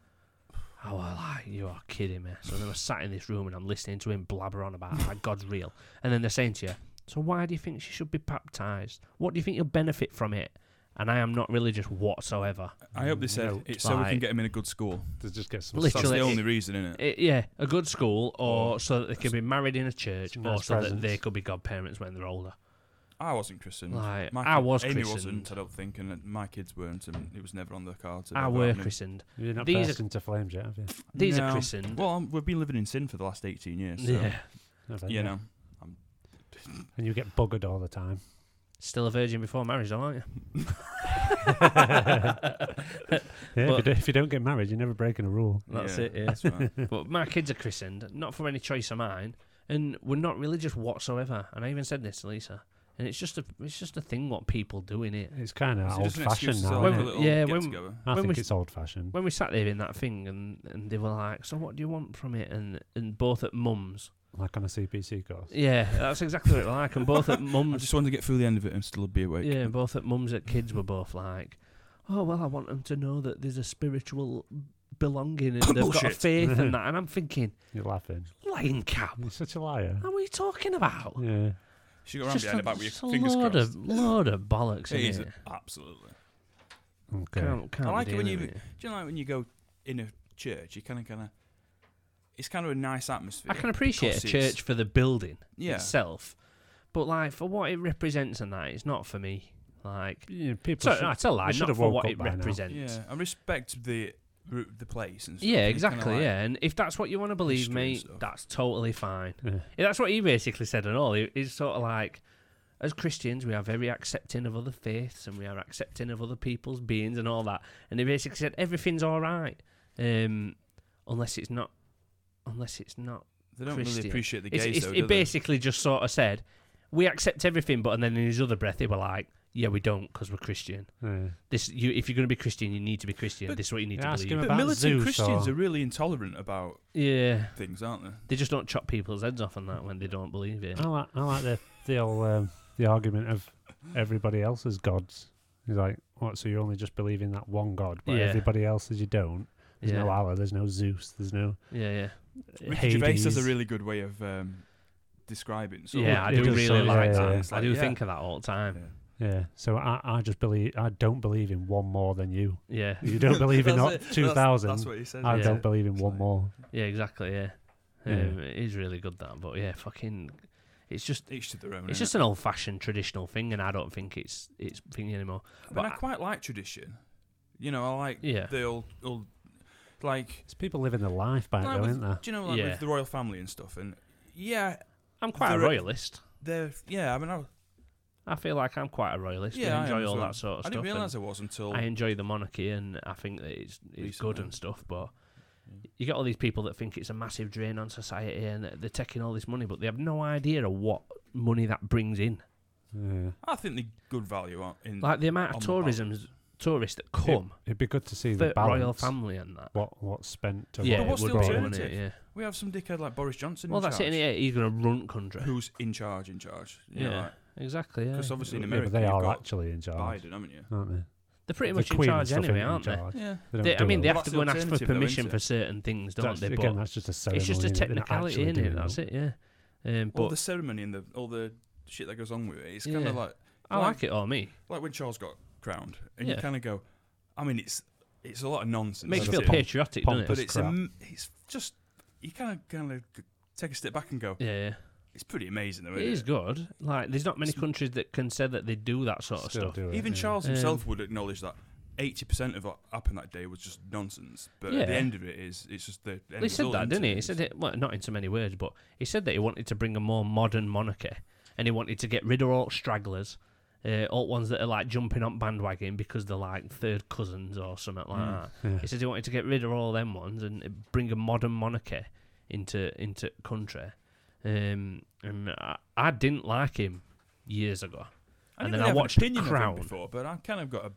I was like, you are kidding me. So then I sat in this room and I'm listening to him blabber on about how God's real. And then they're saying to you, so why do you think she should be baptized? What do you think you'll benefit from it? And I am not religious whatsoever.
I hope they said
No,
it's so we can
like-
get him in a good school.
To just get some.
That's
Literally,
the
it-
only reason, isn't it?
It, yeah, a good school, or so that they could be married in a church,
some
or
nice
so that
presents.
they could be godparents when they're older.
I wasn't christened.
Like
My
I
kid-
was
Amy
christened.
wasn't, I don't think, and uh, my kids weren't, and it was never on their cards.
I
about
were
happening.
christened.
You're not
These are-
burst into flames yet, have you?
These are
No.
christened.
Well, I'm, we've been living in sin for the last 18 years. So,
Yeah,
Not yet.
You know,
And you get buggered all the time.
still a virgin before marriage, though, aren't you?
Yeah, if, you
But-
do, if you don't get married, you're never breaking a rule.
That's
Yeah,
it. Yeah.
that's right.
but my kids are christened, not for any choice of mine, and we're not religious whatsoever. And I even said this to Lisa, and it's just a it's just a thing what people do in it.
It's kind of
It's
old
just an excuse
fashioned
to
now.
have
isn't it?
Isn't
a
it?
little
Yeah,
get
when-
together.
I
when
think
we-
it's old fashioned.
When we sat there in that thing, and, and they were like, "So what do you want from it?" and and both at mums.
Like on a CPC course.
Yeah, that's exactly what they're like. And both at
I
mums
just wanted to get through the end of it and still be awake.
Yeah, both at mums and kids were both like, "Oh well, I want them to know that there's a spiritual belonging and they've got a
Bullshit.
faith and that." And I'm thinking,
You're laughing.
lying cow.
You're such a liar.
What are you talking about?
Yeah.
She
It's
got around
just
behind
a,
the back with
just a
your fingers
load
crossed.
of load of bollocks.
It is
innit?
absolutely.
Okay.
Can't, can't
I like
be
it when
doing
you- Do you know like when you go in a church, you kind of, kind of, it's kind of a nice atmosphere.
I can appreciate
because
a
it's-
church for the building
Yeah.
itself, but like for what it represents and that, it's not for me. Like,
Yeah, people.
so,
should-
I tell lie,
they should
not
have
for
woke
what
up
it
by now.
represents.
Yeah, I respect the root- the place and stuff.
Yeah,
It's kinda
exactly.
like-
yeah, and if that's what you want to believe,
history and
mate,
stuff.
that's totally fine.
Yeah.
Yeah, that's what he basically said and all. He- He's sort of like, as Christians, we are very accepting of other faiths and we are accepting of other people's beings and all that. And he basically said everything's all right, um, unless it's not, unless it's not.
They don't
Christian.
really appreciate the
It's,
gays
it's,
though,
he
do they?
basically just sort of said, we accept everything, but and then in his other breath, he were like, yeah, we don't because we're Christian.
Yeah.
This, you, if you're going to be Christian, you need to be Christian.
But-
this is what you need
Yeah,
to
ask
believe.
him
But
about
militant
Zeus
Christians
or-
are really intolerant about
Yeah,
things, aren't they?
they just don't chop people's heads off on that when they don't believe it.
I like, I like the the old, um, the argument of everybody else's gods. He's like, what? So you only just believe in that one god, but
Yeah.
everybody else's you don't. There's
yeah. Uh,
no Allah. There's no Zeus. There's no
yeah, yeah.
Ricky Gervais has a
Hades.
really good way of um, describing. So
yeah, I
it
do
does
really
say,
like
yeah,
that.
yeah.
It's
I
like,
do
yeah.
think of that all the
Yeah.
time.
Yeah. So I, I just believe I don't believe in one more than you.
Yeah,
You don't believe in
That's
not
it. That's-
two thousand.
That's what he says.
I
yeah.
don't believe in
It's
one
like-
more.
yeah, exactly. Yeah,
Yeah.
Um, it is really good that. But yeah, fucking, it's just
Each to their own.
it's
innit?
just an old fashioned traditional thing, and I don't think it's it's thing anymore.
but I
but I-
quite like tradition. You know, I like
Yeah.
the old old like.
It's people living their life back
like
though,
with-
isn't there?
Do you know like
Yeah.
with the royal family and stuff? And yeah,
I'm quite a
There-
royalist.
they're yeah. I mean, I,
I feel like I'm quite a royalist.
I
I
am
enjoy
as
all
well.
that sort of
I
stuff.
didn't
and
realise I was until
I enjoy the monarchy, and I think that it's it's good
Recently.
and stuff. But you get all these people that think it's a massive drain on society, and they're taking all this money, but they have no idea of what money that brings in.
Yeah.
I think they're good value aren't in.
Like the amount
Mm. On
of
the
tourism tourists that come,
It'd be good to see
the
the balance.
royal family and that.
What what's spent to
yeah,
But
what
it
what's
would
the
be,
brought in.
wouldn't it? Yeah.
we have some dickhead like Boris Johnson.
Well,
in
that's
charge,
it. innit? He's going to run country.
Who's in charge? In charge? You know,
yeah,
like,
exactly. Yeah.
'cause obviously in
Yeah,
America
but they
you've
are
got
actually in charge,
Biden, haven't you?
aren't they?
they're pretty
The
much in
Queen and
charge
stuff
anyway,
ain't in
aren't they?
charge.
Yeah.
They don't
They- I
do
mean,
all
they
that.
have
That's
to
the
go and ask for
alternative though,
permission
isn't
for
it?
certain things, don't
That's-
they?
again,
But
that's just a ceremony.
it's just a
isn't it? They're not
technicality,
actually
isn't it?
doing
That's
all-
it. Yeah. Um,
All
but
the ceremony and the all the shit that goes on with it. It's kind
Yeah.
of like
I
like-
like it or me.
like when Charles got crowned, and
Yeah.
you kind of go, I mean, it's it's a lot of nonsense.
It makes you
It's
feel
a pomp-
patriotic, doesn't
pompous
it?
but it's a
crap.
m it's just you kind of kind of take a step back and go,
Yeah, yeah.
it's pretty amazing though.
It
isn't
is good. Like, there's not many
It's-
countries that can say that they do that sort of
Still
stuff.
do it,
Even
yeah.
Charles
Um,
himself would acknowledge that. 80% of what happened that day was just nonsense. But at the
Yeah.
end of it is, it's just the. End
He said
result,
that,
isn't
didn't he?
it?
He said it, well, not in so many words, but he said that he wanted to bring a more modern monarchy and he wanted to get rid of all stragglers, uh, all ones that are like jumping on bandwagon because they're like third cousins or something like
Mm.
that.
Yeah.
He said he wanted to get rid of all them ones and uh, bring a modern monarchy into into country. Um, and I, I didn't like him years ago.
I
and then
didn't really
I
have an
watched
opinion of him
Crown.
before, but I kind of got a.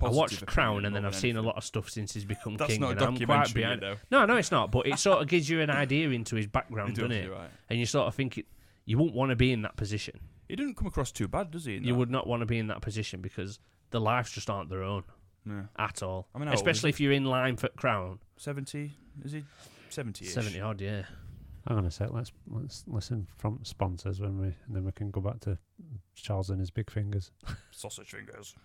I
positive
watched Crown
opinion
and then
more
I've
than
seen a
anything.
lot of stuff since he's become
That's
king.
not a
and I'm quite
documentary,
behind.
though.
No, no, it's not. But it sort of gives you an idea into his
He
background, doesn't
does,
it?
you're right.
And you sort of think it, you wouldn't want to be in that position.
He didn't come across too bad, does he? in
You
that?
would not want to be in that position because the lives just aren't their own
No.
at all.
I mean, how old is
especially if you're in line for crown
70? Is he 70 ish?
seventy odd. Yeah,
Hang on a sec. Let's let's listen from sponsors when we, and then we can go back to Charles and his big fingers.
Sausage fingers.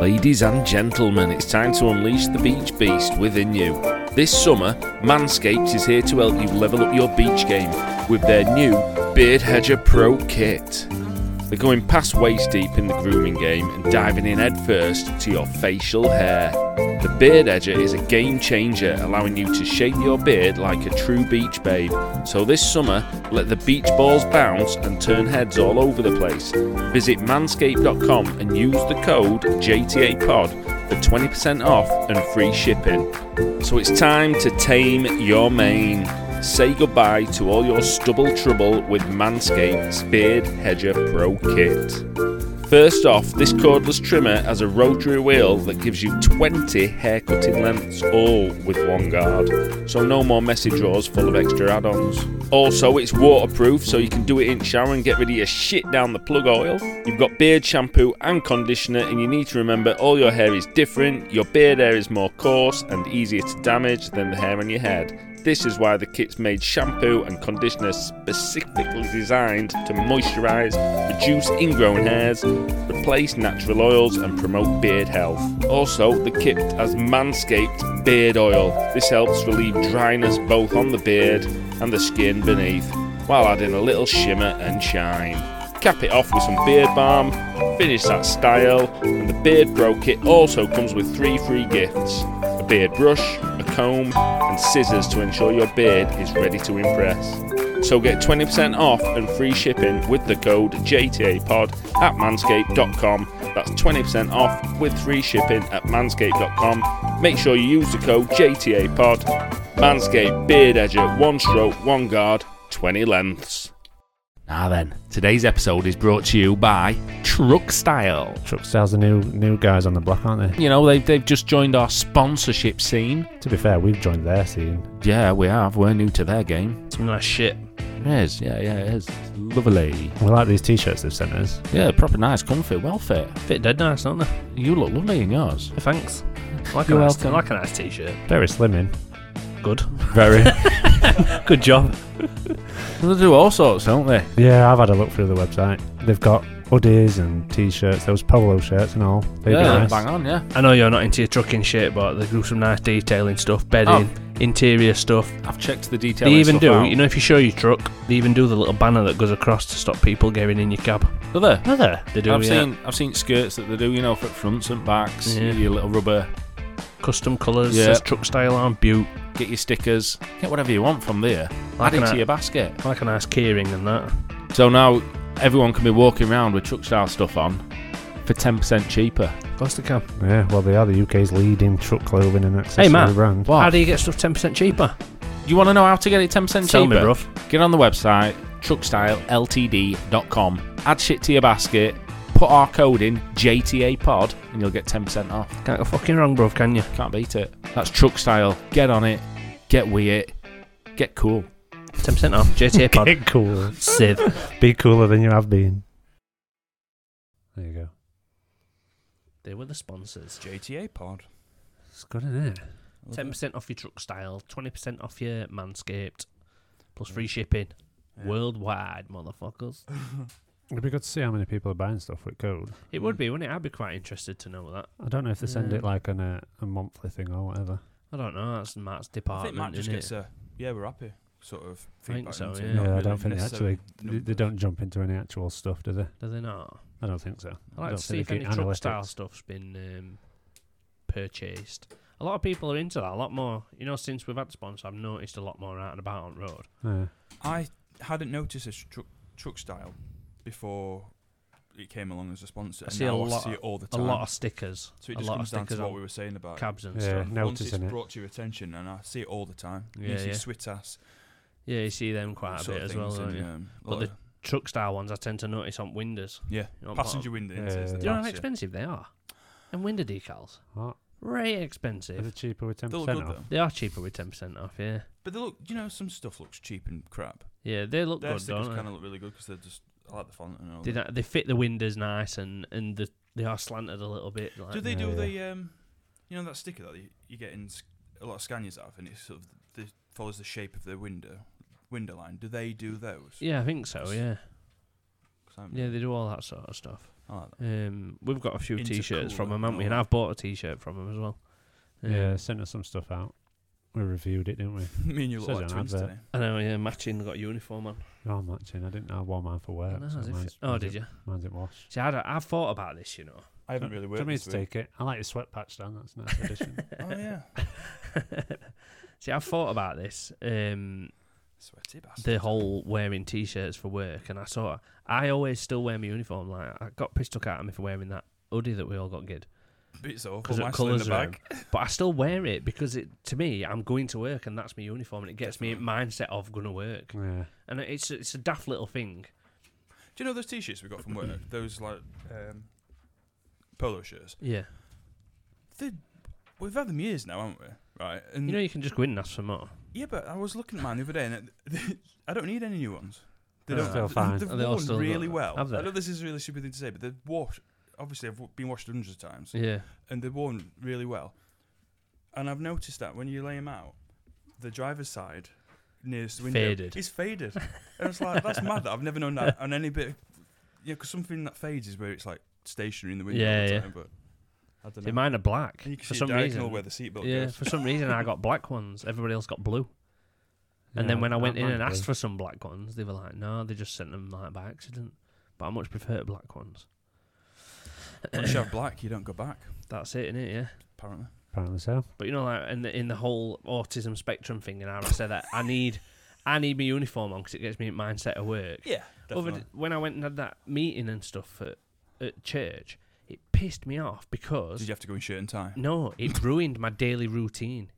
Ladies and gentlemen, it's time to unleash the beach beast within you. This summer, Manscaped is here to help you level up your beach game with their new Beard Hedger Pro kit. They're going past waist deep in the grooming game and diving in headfirst to your facial hair. The Beard Edger is a game changer, allowing you to shape your beard like a true beach babe. So this summer, let the beach balls bounce and turn heads all over the place. Visit manscaped.com and use the code JTA-POD for 20% off and free shipping. So it's time to tame your mane. Say goodbye to all your stubble trouble with Manscaped's Beard Hedger Pro Kit. First off, this cordless trimmer has a rotary wheel that gives you 20 haircutting lengths, all with one guard. So no more messy drawers full of extra add-ons. Also, it's waterproof, so you can do it in shower and get rid of your shit down the plug oil. You've got beard shampoo and conditioner, and you need to remember all your hair is different. Your beard hair is more coarse and easier to damage than the hair on your head. This is why the kit's made shampoo and conditioner specifically designed to moisturise, reduce ingrown hairs, replace natural oils, and promote beard health. Also, the kit has Manscaped Beard Oil. This helps relieve dryness both on the beard and the skin beneath, while adding a little shimmer and shine. Cap it off with some beard balm, finish that style, and the Beard Pro kit also comes with three free gifts a beard brush, a comb, and scissors to ensure your beard is ready to impress. So get 20% off and free shipping with the code JTAPOD at manscaped.com. That's 20% off with free shipping at manscaped.com. Make sure you use the code JTAPOD. Manscaped Beard Edger, one stroke, one guard, 20 lengths. Now then, today's episode is brought to you by Truck Style.
Truck sales are new new guys on the block, aren't they?
You know, they've, they've just joined our sponsorship scene.
To be fair, we've joined their scene.
Yeah, we have. We're new to their game.
something like shit.
It is, yeah, yeah, it is. Lovely.
We like these T-shirts they've sent us.
Yeah, proper nice, comfy, well fit.
Fit dead nice, don't they?
You look lovely in yours.
Thanks. I Like a
You're
nice, I
welcome.
like a nice t-shirt.
Very slimming.
Good.
Very.
Good job.
they do all sorts, don't they?
Yeah, I've had a look through the website. They've got hoodies and T-shirts. Those polo shirts and all. They'd
yeah,
be nice.
bang on, yeah.
I know you're not into your trucking shit, but they do some nice detailing stuff, bedding,
Oh.
interior stuff.
I've checked the detail.
They even do, you know, if you show your truck, they even do the little banner that goes across to stop people getting in your cab.
Are there?
Are they? They do,
I've
yeah.
seen I've seen skirts that they do, you know, for fronts and backs,
Yeah.
your little rubber,
Custom colours,
Yeah.
says truck style on butte.
get your stickers, get whatever you want from there.
Like
Add it
an-
to your basket.
I like a nice keyring and that.
So now everyone can be walking around with truck style stuff on for 10% cheaper.
Of course they can.
Yeah, well, they are the UK's leading truck clothing and accessory
Matt.
brand.
How
What?
do you get stuff 10% cheaper?
you want to know how to get it 10% cheaper?
Tell me, bruv.
Get on the website, truckstyleltd.com, add shit to your basket, put our code in, JTA pod, and you'll get 10% off.
Can't go fucking wrong, bruv, can you?
Can't beat it. That's truck style. Get on it, get weird, get cool.
10% off. JTA pod.
Get cool.
Sieve.
Be cooler than you have been. There you go.
They were the sponsors.
JTA pod.
It's good, isn't it?
Ten percent off your truck style, twenty percent off your manscaped, plus free shipping worldwide, motherfuckers.
It'd be good to see how many people are buying stuff with code.
It would be, wouldn't it? I'd be quite interested to know that.
I don't know if they send
Yeah.
it like on a, a monthly thing or whatever.
I don't know. That's Matt's
I think
department.
Matt just
innit?
gets uh, a yeah, we're happy sort of feedback.
so,
doesn't he?
Yeah,
Yeah,
Not
I
really
don't think they
necessarily
actually they, they
numbers.
don't jump into any actual stuff, do they?
Do they not?
I don't think so.
I like
don't
to see if
think
any
they
truck
get
style
analytics.
stuff's been um, purchased. A lot of people are into that. A lot more. You know, since we've had sponsors, I've noticed a lot more out and about on road.
Yeah.
I hadn't noticed a truck truck style before it came along as a
I
sponsor. and
see a
now
lot-
see it all the
A
time.
lot of stickers.
so it
a
just
lot of
comes down to
stickers
what
on
we were saying about it.
cabs and
Yeah.
stuff.
Once it's
noticing it.
brought to your attention, and I see it all the time.
Yeah,
you see
yeah.
sweat ass
Yeah, you see them quite a
sort
bit
of
as well.
things
Don't
in,
you?
um, a
But
lot
the
of-
Truck style ones I tend to notice on windows.
yeah,
You know, bottom-
passenger window.
Yeah,
inserts,
yeah,
the
Do
yeah.
you know
glass,
how
yeah.
expensive they are? And window decals,
What?
very
Is
expensive.
it cheaper with ten
They look
percent
good,
off?
though.
They are cheaper with ten percent off. Yeah,
But they look, you know, some stuff looks cheap and crap.
yeah, they look
Their
good,
stickers
don't
kind
they?
of look really good because they're just I like the font and all.
They,
that.
don't- they fit the windows nice, and and the, they are slanted a little bit. Like,
Do they
Yeah,
do
yeah.
the um, you know that sticker that you, you get in s- a lot of scanners out of, and it sort of the, follows the shape of the window window line. Do they do those?
yeah, I think so. Yeah,
'Cause I haven't-
yeah, they do all that sort of stuff.
I like that.
Um, we've got a few
Intercooler
t-shirts from them,
and
haven't we?
all
And
that.
I've bought a t-shirt from them as well. Um,
Yeah, sent us some stuff out. We reviewed it, didn't we?
Me and you look
Says
like
on
twins
advert.
today.
I know. Yeah, matching. Got a uniform on.
Oh, matching. I didn't know one man for
I
work.
know,
Uh, so
as if-
mine's-
oh,
mine's
did
in-
you?
Mine's in wash.
See, I I've thought about this, you know.
I haven't really
Do you
worked.
want me
This
to
week.
take it? I like your sweat patch, Dan. That's a nice addition.
Oh yeah,
See, I've thought about this. Um,
sweaty bastard.
the whole wearing t-shirts for work, and I sort of, I always still wear my uniform. Like I got pissed off at me for wearing that hoodie that we all got gid,
It's awful.
'cause it
Nice in
colours
the
are
bag.
but I still wear it because it to me, I'm going to work, and that's my uniform, and it gets me in mindset of gonna work.
yeah.
And it's it's a daft little thing.
Do you know those t-shirts we got from work? those like um, polo shirts.
Yeah,
They, we've had them years now, haven't we? Right. And
you know, you can just go in and ask for more.
yeah, but I was looking at mine the other day, and it- I don't need any new ones. They
They're
don't.
still
th-
fine.
They've
Are they all
worn
still
really
not-
well.
have they?
I know this is a really stupid thing to say, but they've washed. Obviously, I've w- been washed hundreds of times,
Yeah,
and they're worn really well. And I've noticed that when you lay them out, the driver's side nearest the window
Faded.
is faded. and it's like that's mad. That I've never known that on any bit. Of, yeah, because something that fades is where it's like stationary in the window.
Yeah,
all the
yeah.
Time, but I don't
See,
know.
mine are black
and you can
for
see
some
diagonal
reason.
where the seatbelt
Yeah,
goes.
for some reason I got black ones. Everybody else got blue. And
Yeah,
then when I
that
went in
might
and
be.
asked for some black ones, they were like, "No, they just sent them like by accident." But I much prefer black ones.
Once you have black, you don't go back.
That's it, innit? Yeah.
Apparently.
Apparently so.
But you know, like in the in the whole autism spectrum thing, and how I said that I need, I need my uniform on because it gets me in mindset of work.
Yeah.
Other d- when I went and had that meeting and stuff at, at church, it pissed me off because
Did you have to go in shirt and tie?
No, it ruined my daily routine.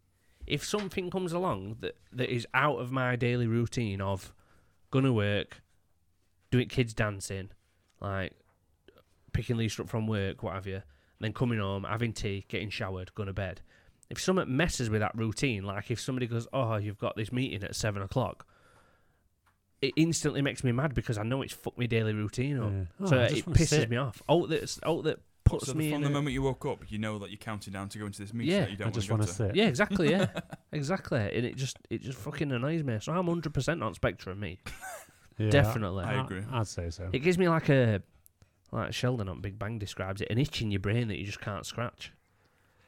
If something comes along that, that is out of my daily routine of gonna work, doing kids dancing, like picking Lisa up from work, what have you, then coming home, having tea, getting showered, going to bed. If someone messes with that routine, like if somebody goes, "Oh, you've got this meeting at seven o'clock," it instantly makes me mad because I know it's fucked my daily routine up.
Yeah. Oh,
So
I
it
just wanna
pisses
sit.
me off. Oh, that oh that puts
so the-
me
from
in
the
a-
moment you woke up, you know that you're counting down to go into this meeting
Yeah,
that you don't
I just
want
want
to
to
go to.
sit.
Yeah, exactly. Yeah, exactly. And it just it just fucking annoys me. So I'm hundred percent on Spectrum, me.
Yeah,
Definitely.
I agree.
I'd say so.
It gives me like a like Sheldon on Big Bang describes it, an itch in your brain that you just can't scratch.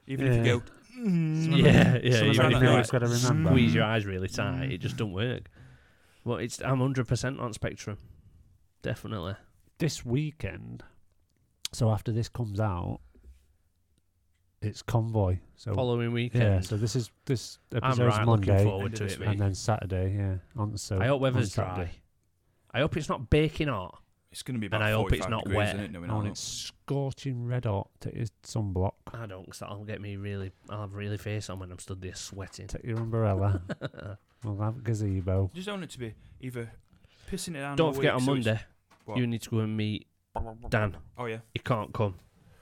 Even if you
Yeah.
go, mm,
Yeah, yeah.
Some
you
of
try
that
make
not
me
to,
videos
like
got to remember. Mm.
squeeze your eyes really tight. It just don't work. Well, it's I'm hundred percent on Spectrum. Definitely.
This weekend, so after this comes out, it's convoy. So
Following weekend.
yeah, so this is this
I'm
episode's
right looking
Monday,
forward to
End
it,
of this
mate.
and then Saturday. Yeah, on so
I hope
on
weather's
Saturday.
dry. I hope it's not baking hot.
It's going to be about
And I hope it's
45
not
degrees,
wet.
isn't it? No,
Oh, and it's scorching red hot. Take your sunblock.
I don't, because that'll get me really. I'll have really face on when I'm stood there sweating.
Take your umbrella. we'll have a gazebo.
Just want it to be either pissing it down.
don't
all
forget
week,
on
so it's-
Monday,
What?
you need to go and meet Dan.
Oh yeah.
He can't come.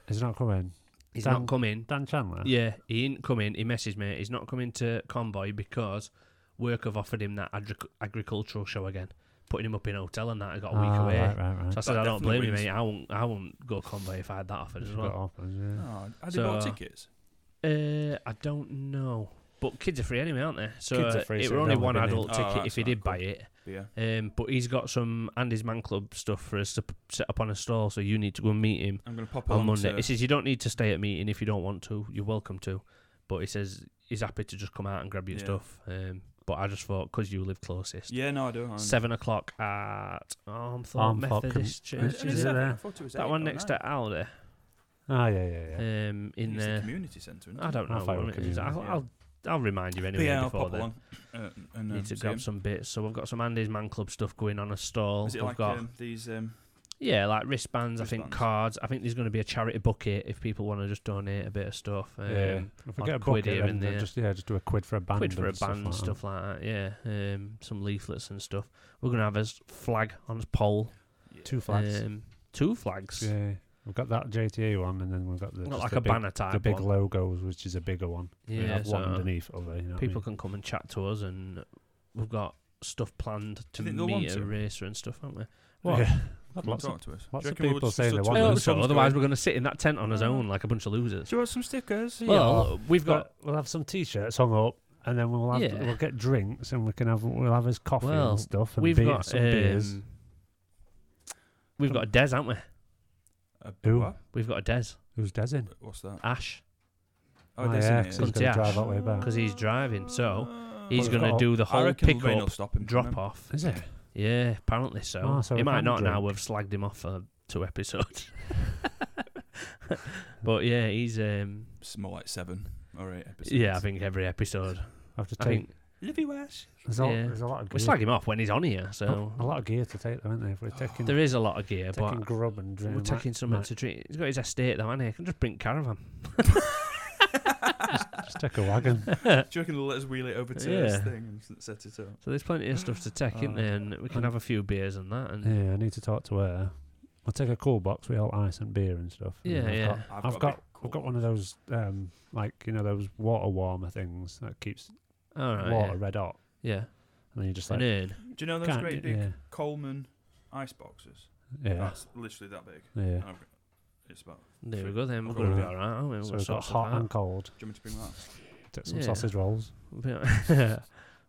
Is it not coming?
He's
Dan- Ah.
not coming.
Dan Chandler?
Yeah, he ain't coming. He messaged me. He's not coming to Convoy because work have offered him that agric- agricultural show again, putting him up in a hotel and that. I got a week
Ah,
away.
Right, right, right.
So I said,
That
I don't
definitely
blame you,
wins.
mate. I won't. I won't go Convoy if I had that offered as
Just got
well.
offers, yeah.
Oh, had
So-
they bought tickets?
Uh, I don't know, but kids are free anyway, aren't they? So
Kids are
uh,
free,
it were
so they've
only
only
one
been in-
adult
Oh,
ticket if
that's
he did
right,
buy it.
But yeah.
Um, but he's got some Andy's Man Club stuff for us to p- set up on a stall, so you need to go and meet him
I'm going to pop
on
along
Monday.
to-
He says you don't need to stay at meeting if you don't want to. You're welcome to, but he says he's happy to just come out and grab your
Yeah.
stuff. Um, but I just thought because you live closest,
Yeah, no, I don't. I don't.
seven o'clock at Armthorpe
Armthorpe
Methodist
I
Church.
didn't- I
is
is it
it?
didn't-
there?
I thought it was
That
eight
one
or
next
nine.
to Alder,
Ah, yeah, yeah, yeah.
um, in
It's the
there.
community centre. isn't
I
it?
don't
I
know.
thought it
what
was
it is.
community,
I'll,
yeah.
I'll I'll remind you
But
anyway
yeah, I'll
before
pop
then.
along. Uh, and, um,
Need to
see
grab
him.
some bits. So I've got some Andy's Man Club stuff going on a stall.
Is it
I've
like
got
um, these? Um,
yeah, like wristbands, I think
Wristbands.
cards. I think there's going to be a charity bucket if people want to just donate a bit of stuff. Um,
yeah. If we
on a
get a
quid
bucket,
here
then
and
they'll
there.
just yeah, just do a quid for a band.
quid for a
and
band
like
stuff like that. Yeah, um, some leaflets and stuff. We're going to have his flag on his pole.
yeah.
that. Two flags.
Um, two flags.
yeah, we've got that JTA one, and then we've got the
Not
just
like
the
a
big,
banner type
the big
one.
logos, which is a bigger one. Yeah,
yeah,
have one
so
underneath other. You know what I
people
mean?
can come and chat to us, and we've got stuff planned to
you think they'll
meet
want
a
to?
racer and stuff, haven't we? What?
Yeah.
come
lots
talk
of-
to us.
lots
Do
of
you reckon we'll
people
just
saying they
stood
want
I
to
them.
hope
the
so.
sun's
Otherwise, we're
going,
going to sit in that tent on his
No.
own like a bunch of losers.
Do you want some stickers?
Well, we've got
But we'll have some t-shirts hung up, and then we'll have
Yeah.
we'll get drinks, and we can have we'll have his coffee
Well,
and stuff, and
we've
beer,
got
some beers.
um, we've got a Des, haven't we?
A-
Who?
what?
We've got a Des
Who's Des in?
What's that?
Ash
Oh,
Oh,
that's
yeah,
in
so
it.
Come
he's going
to
to drive
Ash,
that way back.
because he's driving, so
Hmm.
he's
Well,
going to
oh,
do the
Uh, I
whole
reckon
pick
Lorraine will
up
stop him.
drop off.
Is it?
Yeah, apparently so.
Ah, so
he
we
might
can
not now.
drink.
We've slagged him off for two episodes. but yeah, he's um
It's more like seven or eight episodes.
yeah. I think every episode.
I have to
I
take.
think
Livy West.
there's, a,
yeah.
there's a Oh, lot of gear.
we slag him off when he's on here. So
a lot of gear to take, though, isn't there? If we're
Oh,
taking,
there is a lot of gear, but
taking grub and drink,
we're
and that,
taking something
might
to drink. He's got his estate though, hasn't he? He Can just bring caravan.
just take a wagon.
Do you reckon they'll let us wheel it over to
Yeah.
this thing and s- set it up?
So there's plenty of stuff to take, isn't there? And we can
Oh, and-
have a few beers and that. And
yeah, I need to talk to her. I'll take a cool box with all ice and beer and stuff. and
Yeah,
I've
yeah.
Got,
I've
I've
got a
got,
big
I've got
cool
one of those, um, like you know, those water warmer things that keeps
all right,
water red hot,
yeah, yeah.
and then you just
an
like,
urn.
Do you know those
can't
great
do-
big
yeah.
Coleman ice boxes?
yeah,
That's literally that big.
yeah.
I've got- It's about.
There we
Fruit.
go. Then we're
I've
gonna
got
be
that.
all right, aren't we?
So
We'll
we've
sort
got hot and
stuff
cold.
Do you want me to bring that?
Take some
Yeah.
sausage rolls.
out.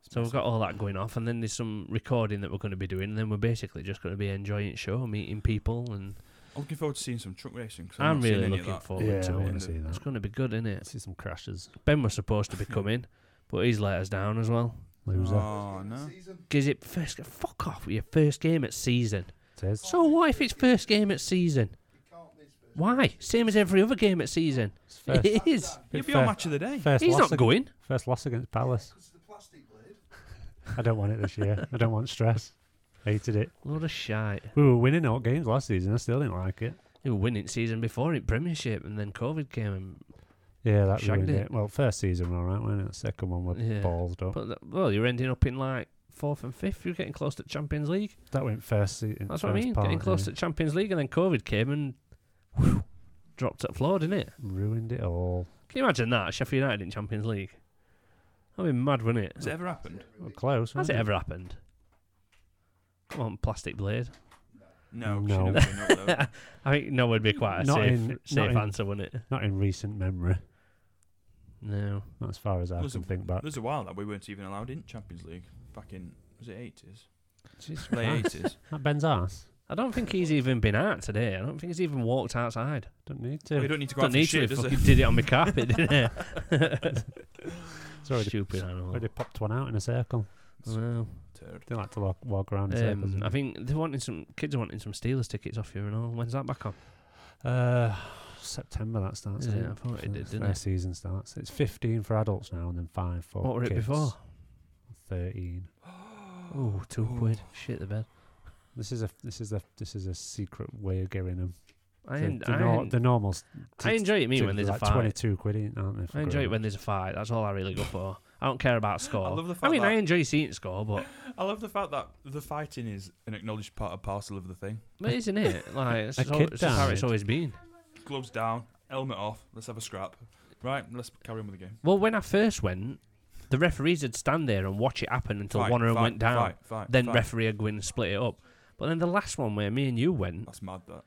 It's
so we've got
massive.
all that going off, and then there's some recording that we're going to be doing. And then we're basically just going to be enjoying the show, meeting people, and
I'm looking forward to seeing some truck racing. 'cause I've
I'm
not seen
really
any of
looking
that.
forward
yeah,
to
I
it.
want
and
to see
It's
that.
going to be good, isn't it?
see some crashes.
Ben was supposed to be coming, but he's let us down as well.
Loser.
Oh no!
Season.
Gives it first. ga- Fuck off with your first game at season.
It is.
So what if it's first game at season?
It can't be his first.
Why? Same as every other game at season.
It's first,
It is.
You'll
big
be on
fir-
match of the day.
first
He's
loss
not
ag-
going.
First loss against Palace.
Because of the plastic blade.
I don't want it this year. I don't want stress. Hated it.
Load of shite.
We were winning all games last season. I still didn't like it.
They were winning season before in Premiership, and then COVID came. And,
Yeah, that
Shagged
ruined it.
it.
Well, first season we were alright, wasn't it? Second one we
Yeah.
balls up.
but th- well, you're ending up in like fourth and fifth. You're getting close to Champions League.
that went first season.
That's what I mean. Getting close to Champions League, and then COVID came and whew, dropped at floor, didn't it?
ruined it all.
Can you imagine that Sheffield United in Champions League? That'd be mad, wouldn't it?
Has it ever happened?
We were close.
Has it
weren't
ever happened? Come on, plastic blade.
No. 'cause
No.
You never know,
Oh.
though.
I think no would be quite a
Not
safe,
in- not
safe
in-
answer, wouldn't it?
Not in recent memory.
No.
Not as far as I
There's
can
a-
think back.
There's a while that we weren't even allowed in Champions League back in was it eighties,
Jesus
late
Christ.
eighties.
That Ben's ass.
I don't think he's even been out today. I don't think he's even walked outside.
Don't need
We
to.
don't need to go
Don't
out for
need to.
shit,
He
does
fucking
it?
did it on my carpet, didn't
It's
he?
already,
Stupid animal.
already popped one out in a circle.
Well,
Turd.
They like to walk, walk around in circles.
um,
don't
I
they?
think they're wanting some kids are wanting some Steelers tickets off you and all. When's that back on?
Uh, September that starts.
Is it?
isn't
I thought it
So
did,
it's
didn't
their
it?
season starts. It's 15 for adults now, and then five for
what were it
kids.
before?
13.
Oh, two quid. Shit the bed.
They This is a this is a this is a secret way of getting them.
I,
the,
en-
the,
I,
nor-
en-
the normals.
I enjoy it, me, when there's
like
a fight.
twenty-two quid, ain't- aren't they? for
I enjoy
growing
it when there's a fight. That's all I really go for. I don't care about score.
love the fact
mean, I
that-
enjoy seeing score, but
I love the fact that the fighting is an acknowledged part and parcel of the thing.
but isn't it? Like, it's,
A
just al-
kid
it's just how it's
died.
always been.
Gloves down, helmet off. Let's have a scrap. Right, let's carry on with the game.
Well, when I first went, the referees would stand there and watch it happen until
Fight,
one of them
fight,
went down.
Fight, fight,
then
fight.
referee would go in and split it up. But then the last one where me and you went,
That's mad. That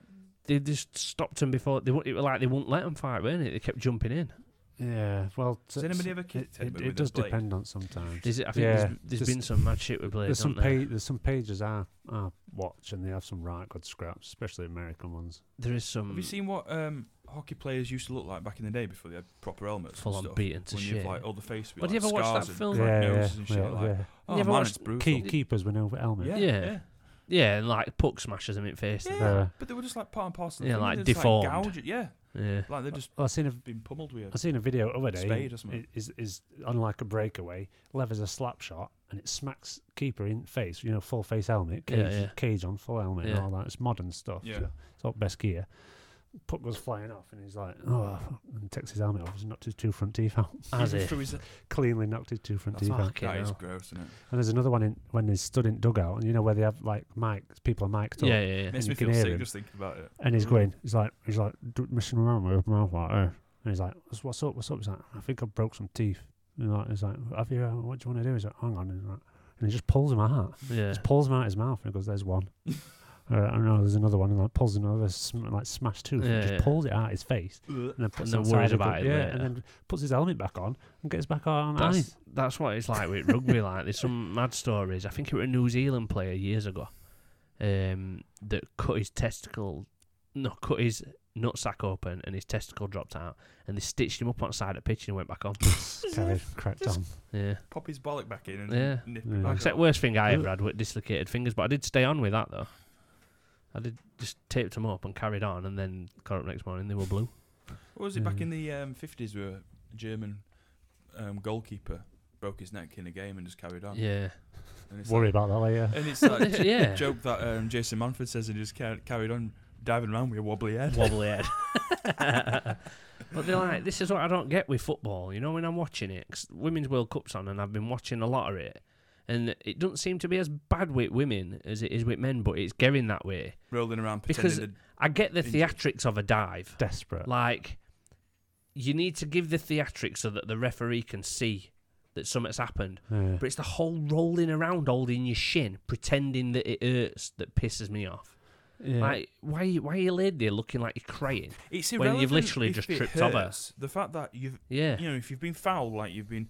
they just stopped them before they. wou- It was like they wouldn't let them fight, weren't it? They kept jumping in.
Yeah, well,
Has
t-
anybody
t-
ever kicked
it, it,
anybody
it
with a
does
blade?
depend on sometimes.
There's, I think
Yeah,
there's, there's
just-
been some mad shit with Blade,
There's some
don't there?
pa- there's some pages I, I watch and they have some right good scraps, especially American ones.
there is some
Have you seen what um, hockey players used to look like back in the day before they had proper helmets?
full
and
on
stuff?
beaten to
when
shit.
you've like all the face. with,
But do you
like,
ever watch
scars
that
and
film?
like,
yeah, yeah,
noses and shit.
yeah,
like,
yeah.
Oh
You ever
man,
watched
it's brutal.
Key, keepers with no helmet.
yeah,
Yeah.
yeah.
yeah, and like puck smashes them in face. and
Yeah,
that.
Uh,
but they were just like part and parcel. of
Yeah,
the thing,
like
they're just,
deformed.
gouged- yeah,
yeah.
like they've just
I seen a
been pummeled
I
weird.
seen a video the other day.
Spade or something.
it Is is on like a breakaway, levers a slap shot and it smacks keeper in face. You know, full face helmet,
Yeah,
cage,
yeah.
cage on, full helmet, and
Yeah.
all that. It's modern stuff.
Yeah.
so it's all best gear. Puck goes flying off, and he's like, "Oh!" and takes his helmet off. He's knocked his two front teeth out.
As
Even
if.
through his-
Cleanly knocked his two front
That's
teeth out.
Fucking
That is
hell.
gross, isn't it?
And there's another one in when they stood in dugout, and you know where they have like mics, people are mic'd up,
Yeah, yeah, yeah.
Makes
you
me
can
feel
hear
sick
him.
just thinking about it.
and he's going, he's like, he's like, "D- messing around with my mouth like, eh. and he's like, "What's- what's up, what's up? He's like, I think I broke some teeth. And like, he's like, have you? Uh, what do you want to do? He's like, hang on, and, he's like, and he just pulls him out,
Yeah.
just pulls him out his mouth, and he goes, there's one. Uh, I don't know, there's another one, and like pulls another sm- like smashed tooth,
Yeah,
and just
yeah.
pulls it out his face,
Ugh.
and then puts
then
it inside
worries
a good-
about it
yeah,
later.
and then puts his helmet back on and gets back on ice.
That's, that's what it's like with rugby. Like there's some mad stories. I think it was a New Zealand player years ago um, that cut his testicle, no, cut his nutsack open, and his testicle dropped out, and they stitched him up on the side of the pitch and he went back on.
Carried, cracked
Just-
on.
yeah,
Pop his bollock back in and
Yeah.
nip
Yeah.
it back
except
up.
worst thing I ever had with dislocated fingers. But I did stay on with that though. I did just taped them up and carried on, and then got up next morning they were blue.
What was it back
Yeah.
in the um, 50s where a German um, goalkeeper broke his neck in a game and just carried on?
Yeah,
And it's
Worry
like,
about that uh, later.
and it's like
Yeah.
yeah. joke that um, Jason Manford says and just car- carried on diving around with a wobbly head.
wobbly head. but they're like, this is what I don't get with football. You know, when I'm watching it, 'cause Women's World Cup's on, and I've been watching a lot of it, and it doesn't seem to be as bad with women as it is with men, but it's getting that way.
Rolling around
Because-
pretending to
I get the
Injury.
theatrics of a dive.
Desperate.
Like, you need to give the theatrics so that the referee can see that something's happened.
Yeah.
But it's the whole rolling around, holding your shin, pretending that it hurts, that pisses me off.
Yeah.
Like, why, why are you laid there looking like you're crying?
It's
when
irrelevant
you've literally
if
just
it
tripped over.
hurts. The fact that you've
Yeah.
you know if you've been fouled, like you've been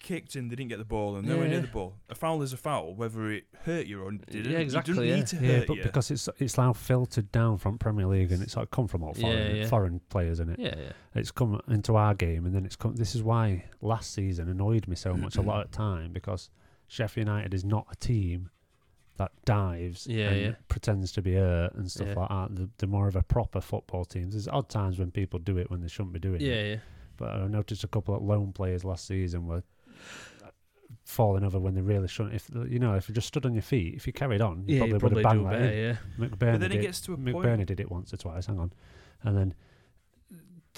kicked and they didn't get the ball and nowhere
Yeah.
near the ball. A foul is a foul, whether it hurt you or didn't.
Yeah, exactly,
You don't
Uh, yeah.
need to
Yeah,
hurt
but
you.
because it's it's now filtered down from Premier League and it's like come from all
Yeah,
foreign
yeah.
foreign players in it.
Yeah, yeah.
It's come into our game and then it's come. This is why last season annoyed me so much a lot of time because Sheffield United is not a team that dives
Yeah,
and
yeah.
pretends to be hurt and stuff
Yeah.
like that. The, the more of a proper football team. There's odd times when people do it when they shouldn't be doing it.
Yeah, yeah.
But I noticed a couple of lone players last season were falling over when they really shouldn't. If you know, if you just stood on your feet, if you carried on, you
yeah,
probably,
you
would
probably
have
do
banged that eh?
better,
in.
yeah.
McBurney
but then
did,
it gets to a point.
McBurney did it once or twice. Hang on, and then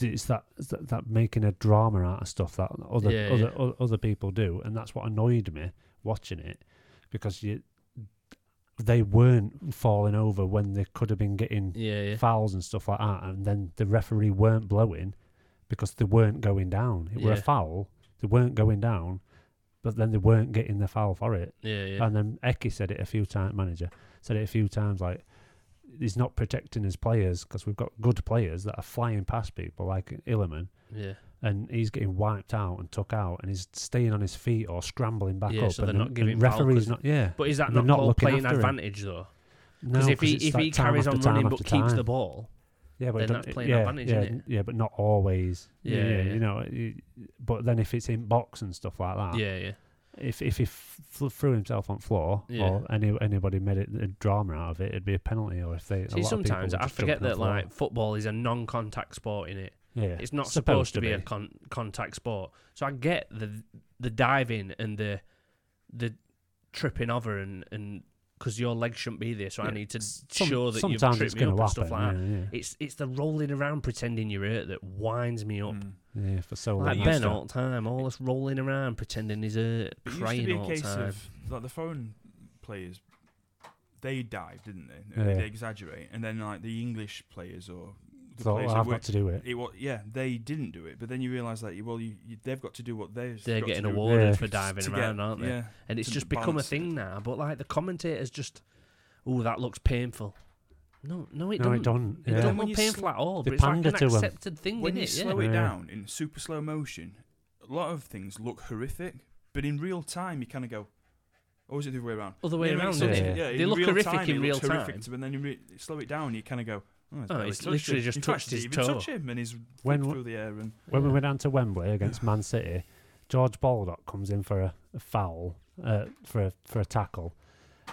it's that it's that, that making a drama out of stuff that other
Yeah,
other o- other people do, and that's what annoyed me watching it because you they weren't falling over when they could have been getting
Yeah, yeah.
fouls and stuff like that, and then the referee weren't blowing because they weren't going down. It were a
Yeah.
foul. They weren't going down, but then they weren't getting the foul for it.
Yeah, yeah.
And then Eki said it a few times. Manager said it a few times. Like he's not protecting his players because we've got good players that are flying past people like Illiman,
yeah.
and he's getting wiped out and took out, and he's staying on his feet or scrambling back
Yeah,
up.
so
and
they're
the-
not
and
giving foul
referees
'cause-
not. Yeah,
But is that
They're
not,
not
ball
looking
playing
after him.
advantage though?
no,
Because if he
'cause it's
if
like
he
time
carries
after
on
time
running but
after
keeps
time.
the ball,
Yeah, but
then
it don't-
that's
it-
playing
yeah,
advantage,
yeah,
innit?
n- Yeah, but not always. Yeah,
Yeah,
yeah,
yeah.
you know. it- But then if it's in box and stuff like that,
yeah, yeah,
if if he f- fl- threw himself on floor
Yeah.
or any anybody made it a drama out of it, it'd be a penalty. Or if
See,
they a lot of people
sometimes
were
I
just
forget
jumping on
that
floor.
like football is a non-contact sport in it.
yeah,
It's not supposed, to be, a con- contact sport. So I get the the diving and the the tripping over and and because your leg shouldn't be there, so I
Yeah,
need to
Some-
show that you've
sometimes
tripped
it's
me
gonna
up and stuff like that.
happen, yeah, yeah.
It's it's the rolling around pretending you're hurt that winds me up.
Mm.
Yeah, for so long.
Like
it
Ben
used
all the time, all us rolling around pretending he's hurt,
But it used to
crying
be
all
a
the
case
time.
of like the foreign players, they dive, didn't they?
Yeah.
They exaggerate, and then like the English players or the
Thought,
players
well,
that
I've
were-
got to do it.
it was yeah they didn't do it, but then you realise that well you, you they've got to do what they've
They're
got
getting
to do
awarded
Yeah.
for diving
to get-
around, aren't they?
Yeah,
and it's
to
just become a
balance it.
thing now. But like the commentators just, oh, that looks painful. No, no, it
no,
doesn't.
it don't.
It
yeah.
don't look
When you
painful at all.
they
But it's like an
pander to 'em.
accepted thing,
when you
is it? Mm, Yeah.
slow
Yeah.
it down in super slow motion, a lot of things look horrific, but in real time you kind of go, "Oh, is it the other way around?"
Other way
Yeah,
around,
it's-
yeah.
yeah,
They
in
look
real
horrific
time,
in
it
real
looks horrific,
time.
But then you re- slow it down, you kind of go, "Oh,
Oh,
barely
it's
touched
literally
it."
just
In
touched
fact,
his
didn't even
toe.
touch him, and he's
When
when
w-
through the air and
When we went down to Wembley against Man City, George Baldock comes in for a, a foul, uh, for a, for a tackle,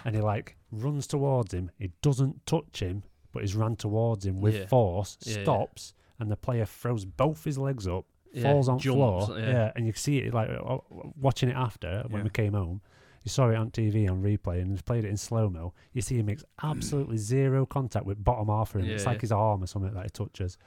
and he like runs towards him. He doesn't touch him, but he's ran towards him with
Yeah.
force.
Yeah, yeah.
Stops, and the player throws both his legs up,
Yeah,
falls on
jumps,
floor.
yeah.
Yeah. and you can see it like uh, watching it after when
Yeah.
we came home. You saw it on TV on replay and he's played it in slow mo. You see he makes absolutely zero contact with bottom half of him. it's
Yeah,
like
yeah.
his arm or something that he touches.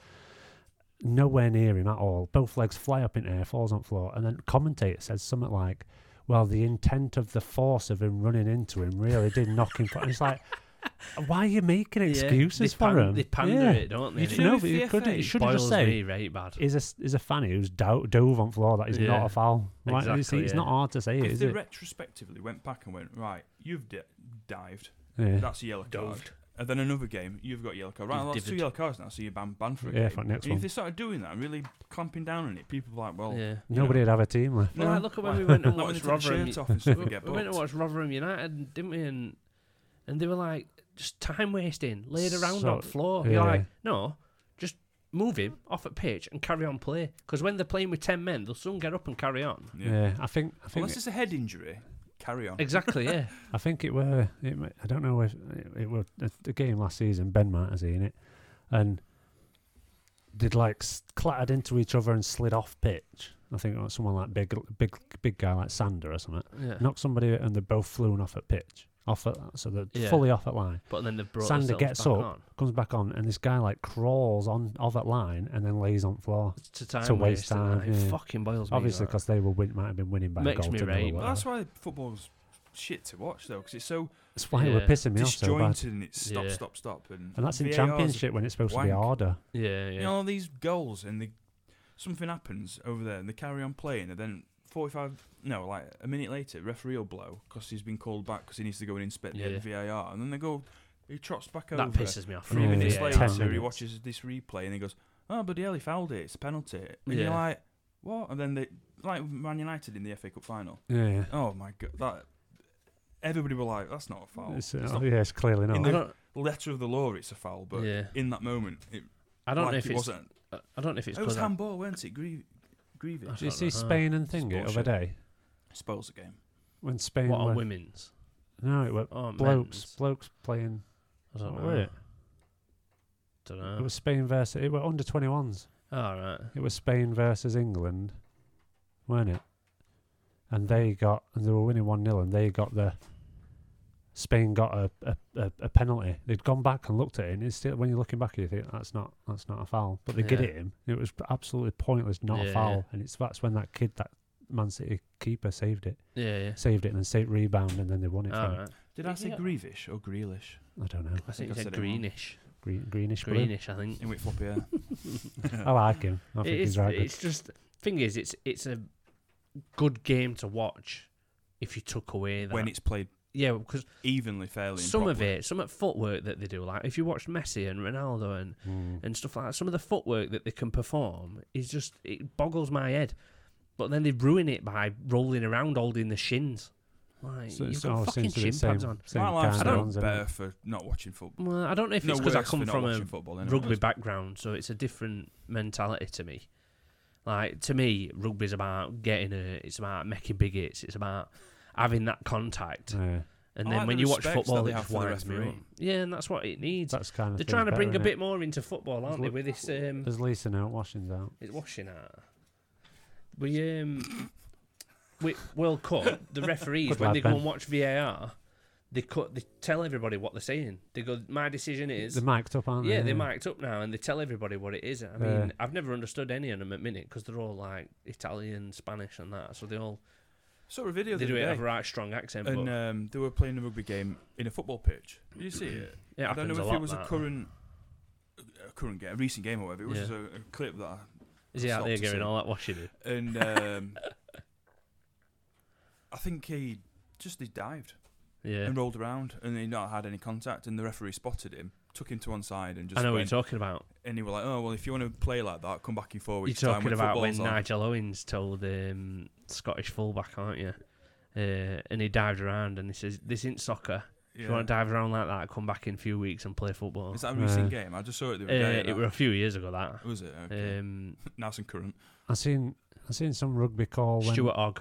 Nowhere near him at all. Both legs fly up in air, falls on floor, and then commentator says something like, "Well, the intent of the force of him running into him really did knock him." flat." And it's like, why are you making
Yeah,
excuses
they pan-
for him?
They pander
Yeah.
it, don't they?
You
And
should
it
know,
if
but you
the
could.
FA
You should have
boils
just said
me right bad.
is a is a fanny who's do- dove on floor that is not
Yeah.
a foul. Like, it's,
Exactly,
it's
yeah.
not hard to say it,
if
is
they
it?
retrospectively went back and went, "Right, you've di- dived,
yeah.
that's a yellow card."
Doved.
And then another game, you've got yellow card. Right,
You've
well, that's two
divvied.
yellow cards now, so you're banned, banned for a
Yeah,
game.
for next
and
one.
if they started doing that and really clamping down on it, people were like, well,
Yeah.
Nobody would have a team left.
Well, like, look at when we went and
Not when they
watched
took the
Rotherham.
shirts off and stuff and
we
get
went and
booked.
watched Rotherham United, didn't we? And and they were like just time wasting, laid around
So-
on floor. You're
yeah.
like, no, just move him off at pitch and carry on play. Because when they're playing with ten men, they'll soon get up and carry on.
Yeah.
Yeah. I think I think
Unless it's a head injury, carry on.
Exactly. Yeah.
I think it were it, mi- I don't know if it, it were a, a game last season. Ben might have seen it, and they'd like s- clattered into each other and slid off pitch. I think it was someone like big big big guy like Sander or something
yeah.
knocked somebody and they both flown off at pitch off at so they're
Yeah.
fully off at line.
But then they've brought
Sander
themselves
gets
back
up,
on
comes back on, and this guy like crawls on off that line and then lays on floor.
to time
to waste
wasting, like,
time,
it
yeah.
fucking boils me.
Obviously,
that.
because they were win- might have been winning by a
Makes
goal.
me
to nil or
rage.
whatever.
Well, that's why football's shit to watch, though, because it's so
That's why it were
yeah.
pissing me off so bad.
disjointed and it's stop,
Yeah.
stop, stop. And,
And that's in
VARs
championship when it's supposed to be
wank.
harder.
yeah,
You
yeah.
know, all these goals and the, something happens over there and they carry on playing and then 45, no, like a minute later, referee will blow because he's been called back because he needs to go and inspect
Yeah.
the VAR. And then they go, he trots back
that
over.
pisses me off.
Three
Yeah,
minutes
yeah,
later,
ten
he
minutes.
watches this replay and he goes, "Oh, bloody hell, he fouled it. It's a penalty." And
Yeah.
you're like, "What?" And then they like Man United in the FA Cup final.
Yeah.
Oh my god, that everybody were like, "That's not a foul."
It's,
It's,
uh,
not
yeah, it's clearly
in
not.
I
the-
don't,
letter of the law. It's a foul, but
yeah.
in that moment, it,
I don't
like
know if
it
it's.
wasn't.
I don't know if it's
it was
because
handball, weren't it? Grieve,
I
Grievous
Did you
don't know.
see Spain and thing it other
bullshit.
day
spoils the game.
when Spain
uh, what are
were,
women's?
no, it were
Oh,
blokes
men's.
blokes playing.
I don't
what
know.
were it?
Don't
It
know.
was Spain versus it were under twenty ones.
All right.
It was Spain versus England, weren't it? And they got and they were winning one 0 and they got the Spain got a, a, a, a penalty. They'd gone back and looked at it and it's still when you're looking back at it you think that's not that's not a foul. But they did
Yeah.
it him. It was absolutely pointless, not
Yeah,
a
yeah.
foul. And it's that's when that kid that Man City keeper saved it.
Yeah, yeah.
Saved it and then saved rebound and then they won it
All
from
right.
Did I say Grievish or Grealish?
I don't know.
I think
I
it's
said it wrong.
greenish.
Green, greenish blue.
Greenish, I think.
In with floppy hair.
I like him. I think
It
he's
is,
right. good.
it's just thing is, it's it's a good game to watch if you took away that.
when it's played
yeah, because
evenly, fairly, and
some of
properly.
it, some of the footwork that they do, like if you watch Messi and Ronaldo and
Mm.
and stuff like that. Some of the footwork that they can perform is just it boggles my head. But then they ruin it by rolling around holding the shins. Like
So
you've
it's
got
all
fucking
seems to be
shin
the same,
pads on.
same
My
kind
life's
of
don't
not
ones, isn't
better
it?
for not watching football.
Well, I don't know if
no
it's because I
worse for
come
not
from a
watching football. anyway.
rugby background, so it's a different mentality to me. Like to me, rugby's about getting hurt. It's about making big hits. It's about having that contact.
Yeah.
And then
I like the
when you watch
respect that
football,
they
it
have
just
for the
winds me
referee.
up. Yeah, and that's what it needs.
That's kind of.
They're
thing's
trying to
better,
big a
innit?
bit more into football, aren't they?
Look-
With this um,
There's Leeson out, Washington's out.
It's washing out. We um, we World Cup. The referees
Good
when
lad,
they go
Ben.
and watch VAR, they cut. They tell everybody what they're saying. They go, "My decision is."
They're mic'd up, aren't they?
yeah, they're mic'd up now, and they tell everybody what it is. I mean,
Yeah.
I've never understood any of them at minute because they're all like Italian, Spanish, and that. So they all
Saw a video
they
the
do
other
it
day,
have a right strong accent.
and
but
um, they were playing a rugby game in a football pitch. Did you see it?
Hmm. it
I don't know
happens
if
a lot,
it was a
that.
current, a current game, a recent game or whatever. It was
Yeah.
just a, a clip that. I,
Is he out
Stop
there
to
getting
see.
all that washing? in?
and um, I think he just he dived
Yeah,
and rolled around, and he not had any contact, and the referee spotted him, took him to one side, and just
I know what you're
went,
talking about.
and he was like, "Oh well, if you want to play like that, come back in four
You're
weeks' "Oh, time."
talking
when
about when
football's on."
Nigel Owens told um, Scottish fullback, aren't you? Uh, and he dived around and he says, "This ain't soccer. If you
Yeah.
want to dive around like that, come back in a few weeks and play football."
Is that a recent
Uh,
game? I just saw it the
Uh,
other day.
it
that-
were a few years ago that.
was it? Okay.
Um,
nice and current.
I seen I seen some rugby call when
Stuart Ogg,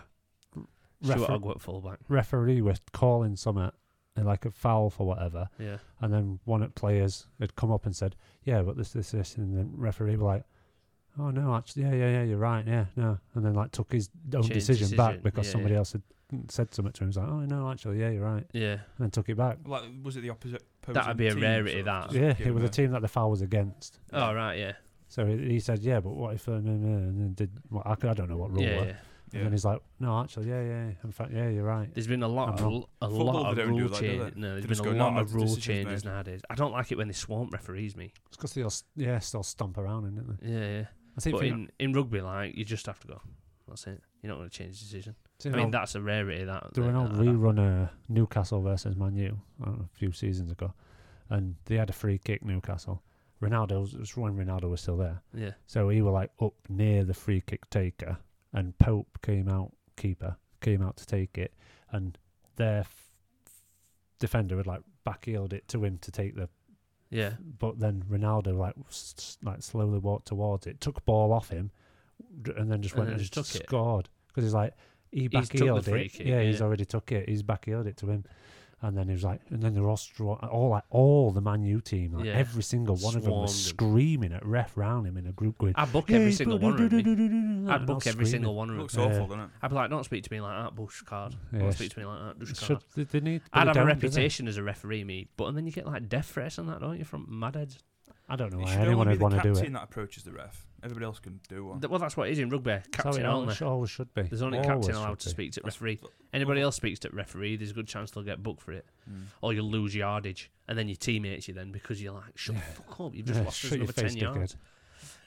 Stuart
refer-
Ogg went fullback.
referee was calling something uh, like a foul for whatever,
Yeah,
and then one of the players had come up and said, "Yeah, but this, this, this," and the referee were like, "Oh no, actually, yeah, yeah, yeah, you're right, yeah, no," and then like took his own
Changed
decision, back
decision,
because
yeah,
somebody
yeah.
else had said something to him. He was like, "Oh no, actually, yeah, you're right,"
yeah.
and then took it back.
Like, was it the opposite?
That'd be a rarity, that. Just
yeah, it was a team that the foul was against.
Oh right, yeah,
So he he said, "Yeah, but what if?" Uh, uh, uh," and then did well, I, I don't know what rule.
yeah,
were.
yeah.
And then he's like, "No, actually, yeah, yeah, yeah, in fact, yeah, you're right."
There's been a lot,
I'm
of, a
Football,
lot
they
of
don't do
rule
that, do
changes.
they?
No,
They
there's
just
been a
go,
lot
"No,
of
the
rule
decision's
changes
made."
nowadays. I don't like it when they swamp referees me.
It's because they'll s- yeah still stomp around in it. they?
Yeah, yeah.
I think
But
for-
in, in rugby, like you just have to go. That's it. You're not going to change the decision.
seen
I mean,
old-
that's a rarity. That
there were an
that- that-
old rerun uh, Newcastle versus Man U I don't know, a few seasons ago, and they had a free kick Newcastle. Ronaldo was, it was when Ronaldo was still there,
Yeah,
so he were like up near the free kick taker, and Pope came out keeper came out to take it, and their f- defender had like backheeled it to him to take the
yeah,
but then Ronaldo like s- s- like slowly walked towards it, took ball off him, d- and then just
And
went
then
and
just
just
took it.
scored because he's like he
He's took the
backheeled
free
it.
kick,
yeah, he's
yeah.
already took it. He's backheeled it to him, and then he was like, and then they're all straw, all like all the Man U team, like
Yeah.
every single one of them was
Swarmed
screaming at ref round him in a group going.
I book
"Yeah,
every
he's
single
put-
one of them.
do-do-do-do-do-do,"
I
and all
book every
screaming.
single one of them.
Looks
Yeah.
awful, doesn't it?
I'd be like, don't speak to me like that, bush card.
Yeah,
Don't
sh-
speak to me like that, bush card.
Should, they, they need,
I'd have a
they don't, do they?
reputation as a referee, me, but and then you get like death threats and that, don't you, from madheads?
I don't know
It
why
should
anyone would
only be the
want to
captain
do it.
that approaches the ref. Everybody else can do one.
Th- Well, that's what it is in rugby.
That's how
Captain
it
only.
always, always should be.
There's only
Always
captain
should
allowed to
be.
speak to
That's-
referee. Anybody else speaks to referee, there's a good chance they'll get booked for it,
Mm.
or you'll lose yardage, and then your teammates you then because you're like, shut the fuck up, you've just
Yeah,
lost us
shut your
another
face,
ten yards.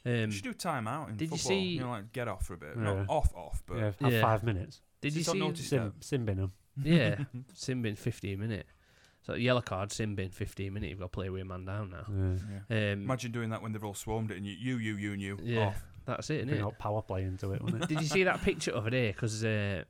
Um,
You should do time out in
Did you
football.
see-
know, like get off for a bit.
Yeah.
Not off, off, but
Yeah, have
Yeah.
five minutes.
did
It's
you
not
see?
noticed.
Sim, Simbinum.
Yeah, Simbin 15 minute. So yellow card, Simbin 15 minute. You've got to play with a man down now.
Yeah.
yeah.
Um,
Imagine doing that when they've all swarmed it and you, you, you, you, and you.
Yeah.
Off.
that's it,
Bring
innit?
up power play into it, wouldn't it?
Did you see that picture of day? Because uh,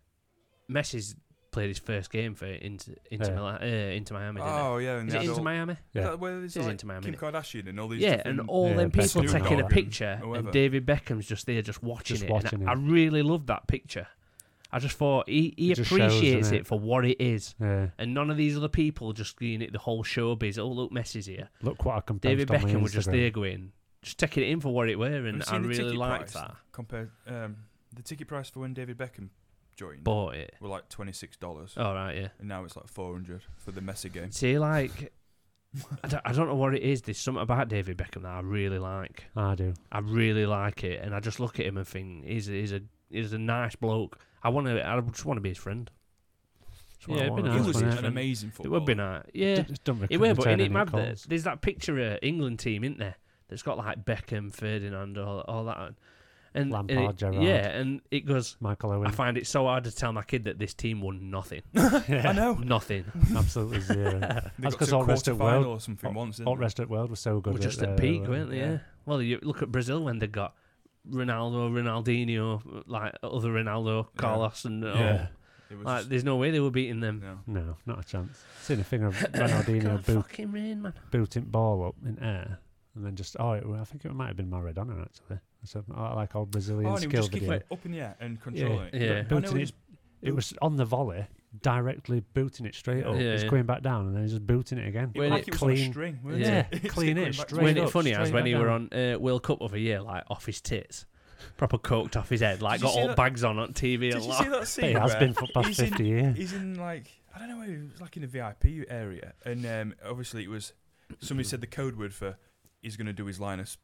Messi's played his first game for Inter, Inter,
Yeah.
Mila- uh, Inter Miami. Didn't
Oh yeah,
it?
and
Is
the
it Inter
adult-
Miami?
Yeah.
Is that where there's
It is
like
Inter Miami.
Kim Kardashian and all these.
Yeah,
different-
and all
Yeah,
them people
Beckham
taking a
Beckham,
picture, and
whoever.
David Beckham's just there, just watching
Just
it.
watching
and
him.
I really loved that picture. I just thought he, he
It just shows, doesn't
appreciates
it?
it for what it is,
Yeah.
and none of these other people just giving it the whole showbiz. Oh look, Messi's here.
Look what I compared
David
on my
Beckham was just
Instagram.
there going, just taking it in for what it were,
Have you
and I
seen the
really
ticket
liked
price?
that.
Compared um, the ticket price for when David Beckham joined
Bought it.
were like twenty six dollars,
All right, yeah.
and now it's like four hundred for the Messi game.
See, like, I don't, I don't know what it is. There's something about David Beckham that I really like.
Ah, I do.
I really like it, and I just look at him and think he's he's a he's a nice bloke. I want to. I just want to be his friend. That's what I
Yeah, it'd be
wanna
nice,
He
do.
wouldn't
was
His
it?
an
friend.
amazing
It
footballer.
would be nice. Yeah,
Just don't
it were. But isn't
return
it
any
mad that
calls.
there's that picture of England team, isn't there? That's got like Beckham, Ferdinand, all, all that, and- and
Lampard,
and it-
Gerrard.
Yeah, and it goes.
Michael
I
Owen.
find it so hard to tell my kid that this team won nothing.
I know.
nothing.
Absolutely zero.
They
That's
got
'cause
to
all rest of
quarterfinal
world-
or something once. didn't
All
they?
rest of the world was so good.
were just
that,
at
uh,
peak,
uh,
weren't they? Yeah. Well, you look at Brazil when they got Ronaldo, Ronaldinho, like other Ronaldo,
Yeah.
Carlos, and all.
Yeah.
It was
Like,
just-
there's no way they were beating them.
no.
No, not a chance. Seen a thing of
God,
Ronaldinho boot,
fucking rain, man.
booting ball up in air, and then just oh, it, I think it might have been Maradona actually. So, I like old Brazilian
Oh, and he would
skill
just keep
video.
it up in the air and control it.
Yeah.
But
I know
booting
we
it,
just-
it was on the volley, directly booting it straight up.
Yeah,
it's
yeah.
going back down, and then just booting it again.
It was
When
like
it
it was on a
clean.
string. weren't
Yeah,
it? It's
clean
going
it
back
straight
Wasn't
up,
it funny as
straight
when
back
he were on uh, World Cup of a year, like off his tits, proper coked off his head, like
Did you
got
see
all
that-
bags on at TV a
Did you see
lot.
that
But
scene?
it has
where
been for the past
he's in-
50 years.
He's in like I don't know. He was like in a VIP area, and um, obviously it was somebody said the code word for he's going to do his Linus,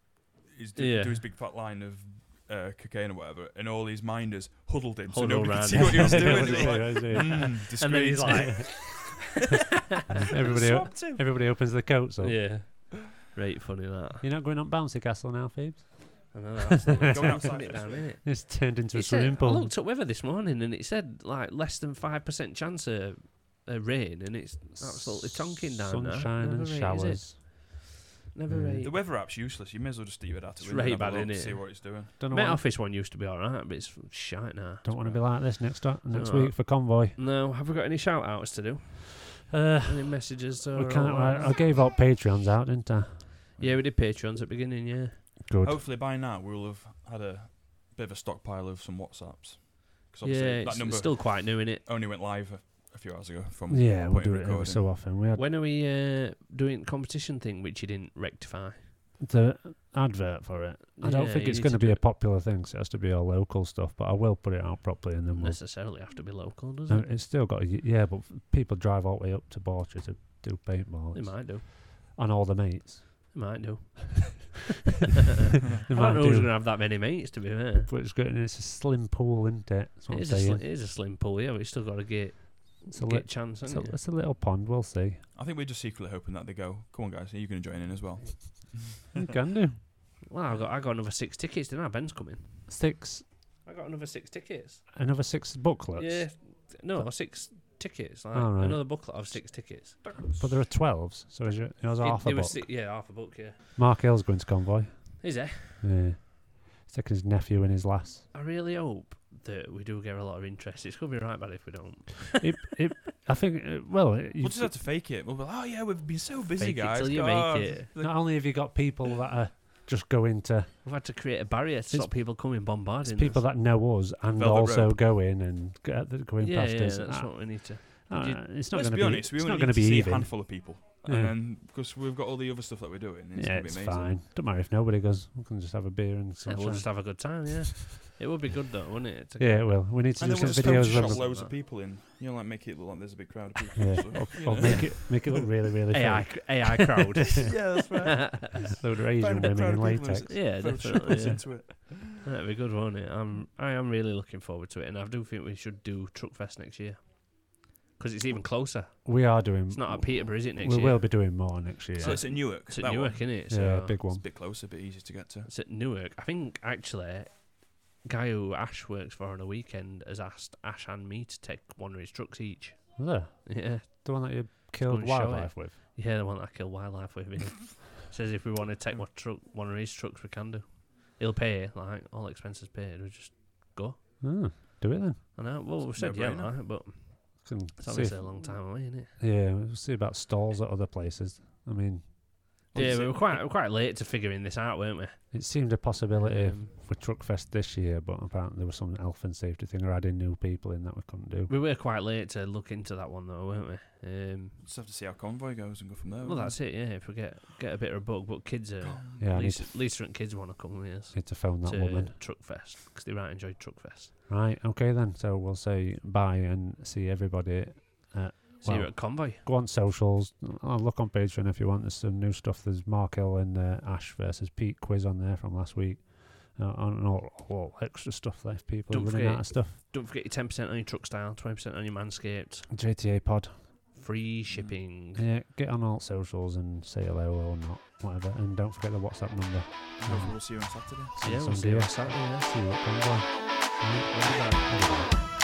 he's do,
Yeah.
do his big fat line of uh, cocaine or whatever, and all these minders huddled him
Huddled
so nobody
round.
could see what he was doing.
Nobody
It was
could
like,
Everybody
mm,
And then he's
discreet."
like,
everybody,
Swapped him.
everybody opens their coats up.
yeah, right, funny that.
You're not going on Bouncy Castle now, Phoebes?
I know that's the way
Going
to open
outside
it
this
down,
way.
innit?
It's turned into a
It said-
swimming
I
pool.
looked at weather this morning and it said like less than five percent chance of uh, rain, and it's absolutely tonking down now.
Sunshine and
Never rate, is it?
showers.
Never
Mm.
rate.
The weather app's useless. You may as well just leave it at
It's
it.
really
Really
bad,
bad, look,
innit?
See what it's doing.
Don't,
Met
want,
office one used to be all right, but it's shite now.
don't want to be like this next, o- next
Alright.
week for Convoy.
No, have we got any shout outs to do?
Uh,
Any messages? Or
we can't,
all that?
I, I gave up Patreons out, didn't I?
Yeah, we did Patreons at the beginning, yeah.
Good.
Hopefully by now we'll have had a bit of a stockpile of some WhatsApps. 'Cause
yeah,
obviously
it's,
that number
it's still quite new, innit?
only went live a, a few hours ago. From
yeah, we'll
point of
do it every
recording.
so often. We had
When are we uh, doing competition thing which you didn't rectify?
the advert for it. I don't
Yeah,
think
you
it's
need
going
to
to be
do
a
it.
popular thing, so it has to be all local stuff, but I will put it out properly and then we'll
Necessarily have to be local, does
No,
it?
it's still got a, y- yeah, but f- people drive all the way up to Borcher to do paintball.
They
It's-
might do.
And all the mates.
They might do.
They
I
might
don't know who's
do.
going to have that many mates, to be fair.
But it's good, and it's a slim pool, isn't it? That's what
It
I'm
is, a sli-
saying.
it is a slim pool, yeah, but you still got to get,
It's a,
get
lit,
chance,
it's, a,
haven't you?
it's a little pond, we'll see.
I think we're just secretly hoping that they go. Come on, guys, are you going to join in as well?
You can do.
Well, I got, I got another six tickets, didn't I? Ben's coming.
Six,
I got another six tickets.
another six booklets.
Yeah. No, six tickets. Like,
All right.
Another booklet of six tickets.
But there are 12s, so is your, yours
It-
half
there
a
were
book.
si- yeah, half a book, yeah.
Mark Hill's going to Convoy.
Is there?
Yeah. He's taking his nephew and his lass.
I really hope that we do get a lot of interest. It's going to be right bad if we don't.
it, it, I think, uh, well, it-
we'll
you've-
just have to fake it. We'll be like, oh yeah, we've been so busy,
Fake it
guys.
till you make
God."
it.
Like,
not only have you got people that are just going to
We've had to create a barrier to
It's-
stop people coming bombarding.
It's people that know us and
Velvet
also
rope.
go in and g- uh, th- going
yeah,
past
yeah,
us.
that's
Ah,
what we need to.
ah,
you-
it's not going
let's
to
be,
be.
honest, we
it's
only
not
need
going to
to
be
see a
even.
handful of people,
Yeah.
and then because we've got all the other stuff that we're doing. It's
Yeah,
gonna be
it's
amazing.
fine. Don't matter if nobody goes. We can just have a beer and
Yeah,
some.
we'll
shine.
just have a good time, yeah. it would be good, though, wouldn't it? to-
yeah, it will. We need to
And
do
then we'll
some
just
videos
Photoshop
of them.
loads of people in. You know, like make it look like there's a big crowd of people.
Yeah,
so,
or, or
you know.
Oh, make it make it look really really
AI,
fake.
cr- AI crowd.
yeah, that's right.
Load of Asian
Find
women
a crowd
in
of people and
latex.
it's-
yeah,
Photoshop us
definitely. Yeah.
into it.
That'd be good, won't it? I'm, I am really looking forward to it, and I do think we should do Truckfest next year because it's even closer.
We are doing.
It's not at Peterborough, is it? Next
we
year,
will be doing more next year.
So it's in Newark.
it's at
that
Newark,
one.
isn't it? So
yeah, big
It's a
one.
bit closer, a bit easier to get to.
It's at Newark. I think actually, guy who Ash works for on a weekend has asked Ash and me to take one of his trucks each.
Was there?
Yeah,
The one that you killed
and show it.
wildlife with.
yeah, the one that I kill wildlife with. innit? Says if we want to take one truck, one of his trucks, we can do. He'll pay like all expenses paid. We just
Oh, do it then.
I know. Well, we
It's
said yeah,
no-brainer.
right, but
Can
it's
see
obviously
if-
a long time away, isn't it?
Yeah, we'll see about stalls at other places. I mean,
Well,
yeah,
is
we
it-
were quite we were quite late to figuring this out, weren't we?
it seemed a possibility
Um,
for Truckfest this year, but apparently there was some health and safety thing or adding new people in that we couldn't do.
We were quite late to look into that one though, weren't we? Um,
Just have to see how convoy goes and go from there.
well, that's it. Yeah, if we get get a bit of a bug, but kids are
Yeah, I need
Lisa,
to,
Lisa and kids want to come with us
need to phone that
to
woman.
Truckfest because they right enjoy Truckfest.
Right, okay then. So we'll say bye and see everybody.
See you
Well-
at convoy.
Go on socials. I'll look on Patreon if you want. There's some new stuff. There's Mark Hill and uh, Ash versus Pete quiz on there from last week. Uh, and all, all extra stuff there if people
Don't
are running
forget-
out of stuff.
Don't forget your ten percent on your truck style, twenty percent on your manscaped,
JTA pod.
free shipping.
Yeah, get on all socials and say hello or not, whatever. And don't forget the WhatsApp number.
Hopefully we'll see you on Saturday.
Yeah, we'll
Some
see you
deal.
pues, on Saturday. yeah.
See you at Convoy. Right, bye-bye. Bye-bye.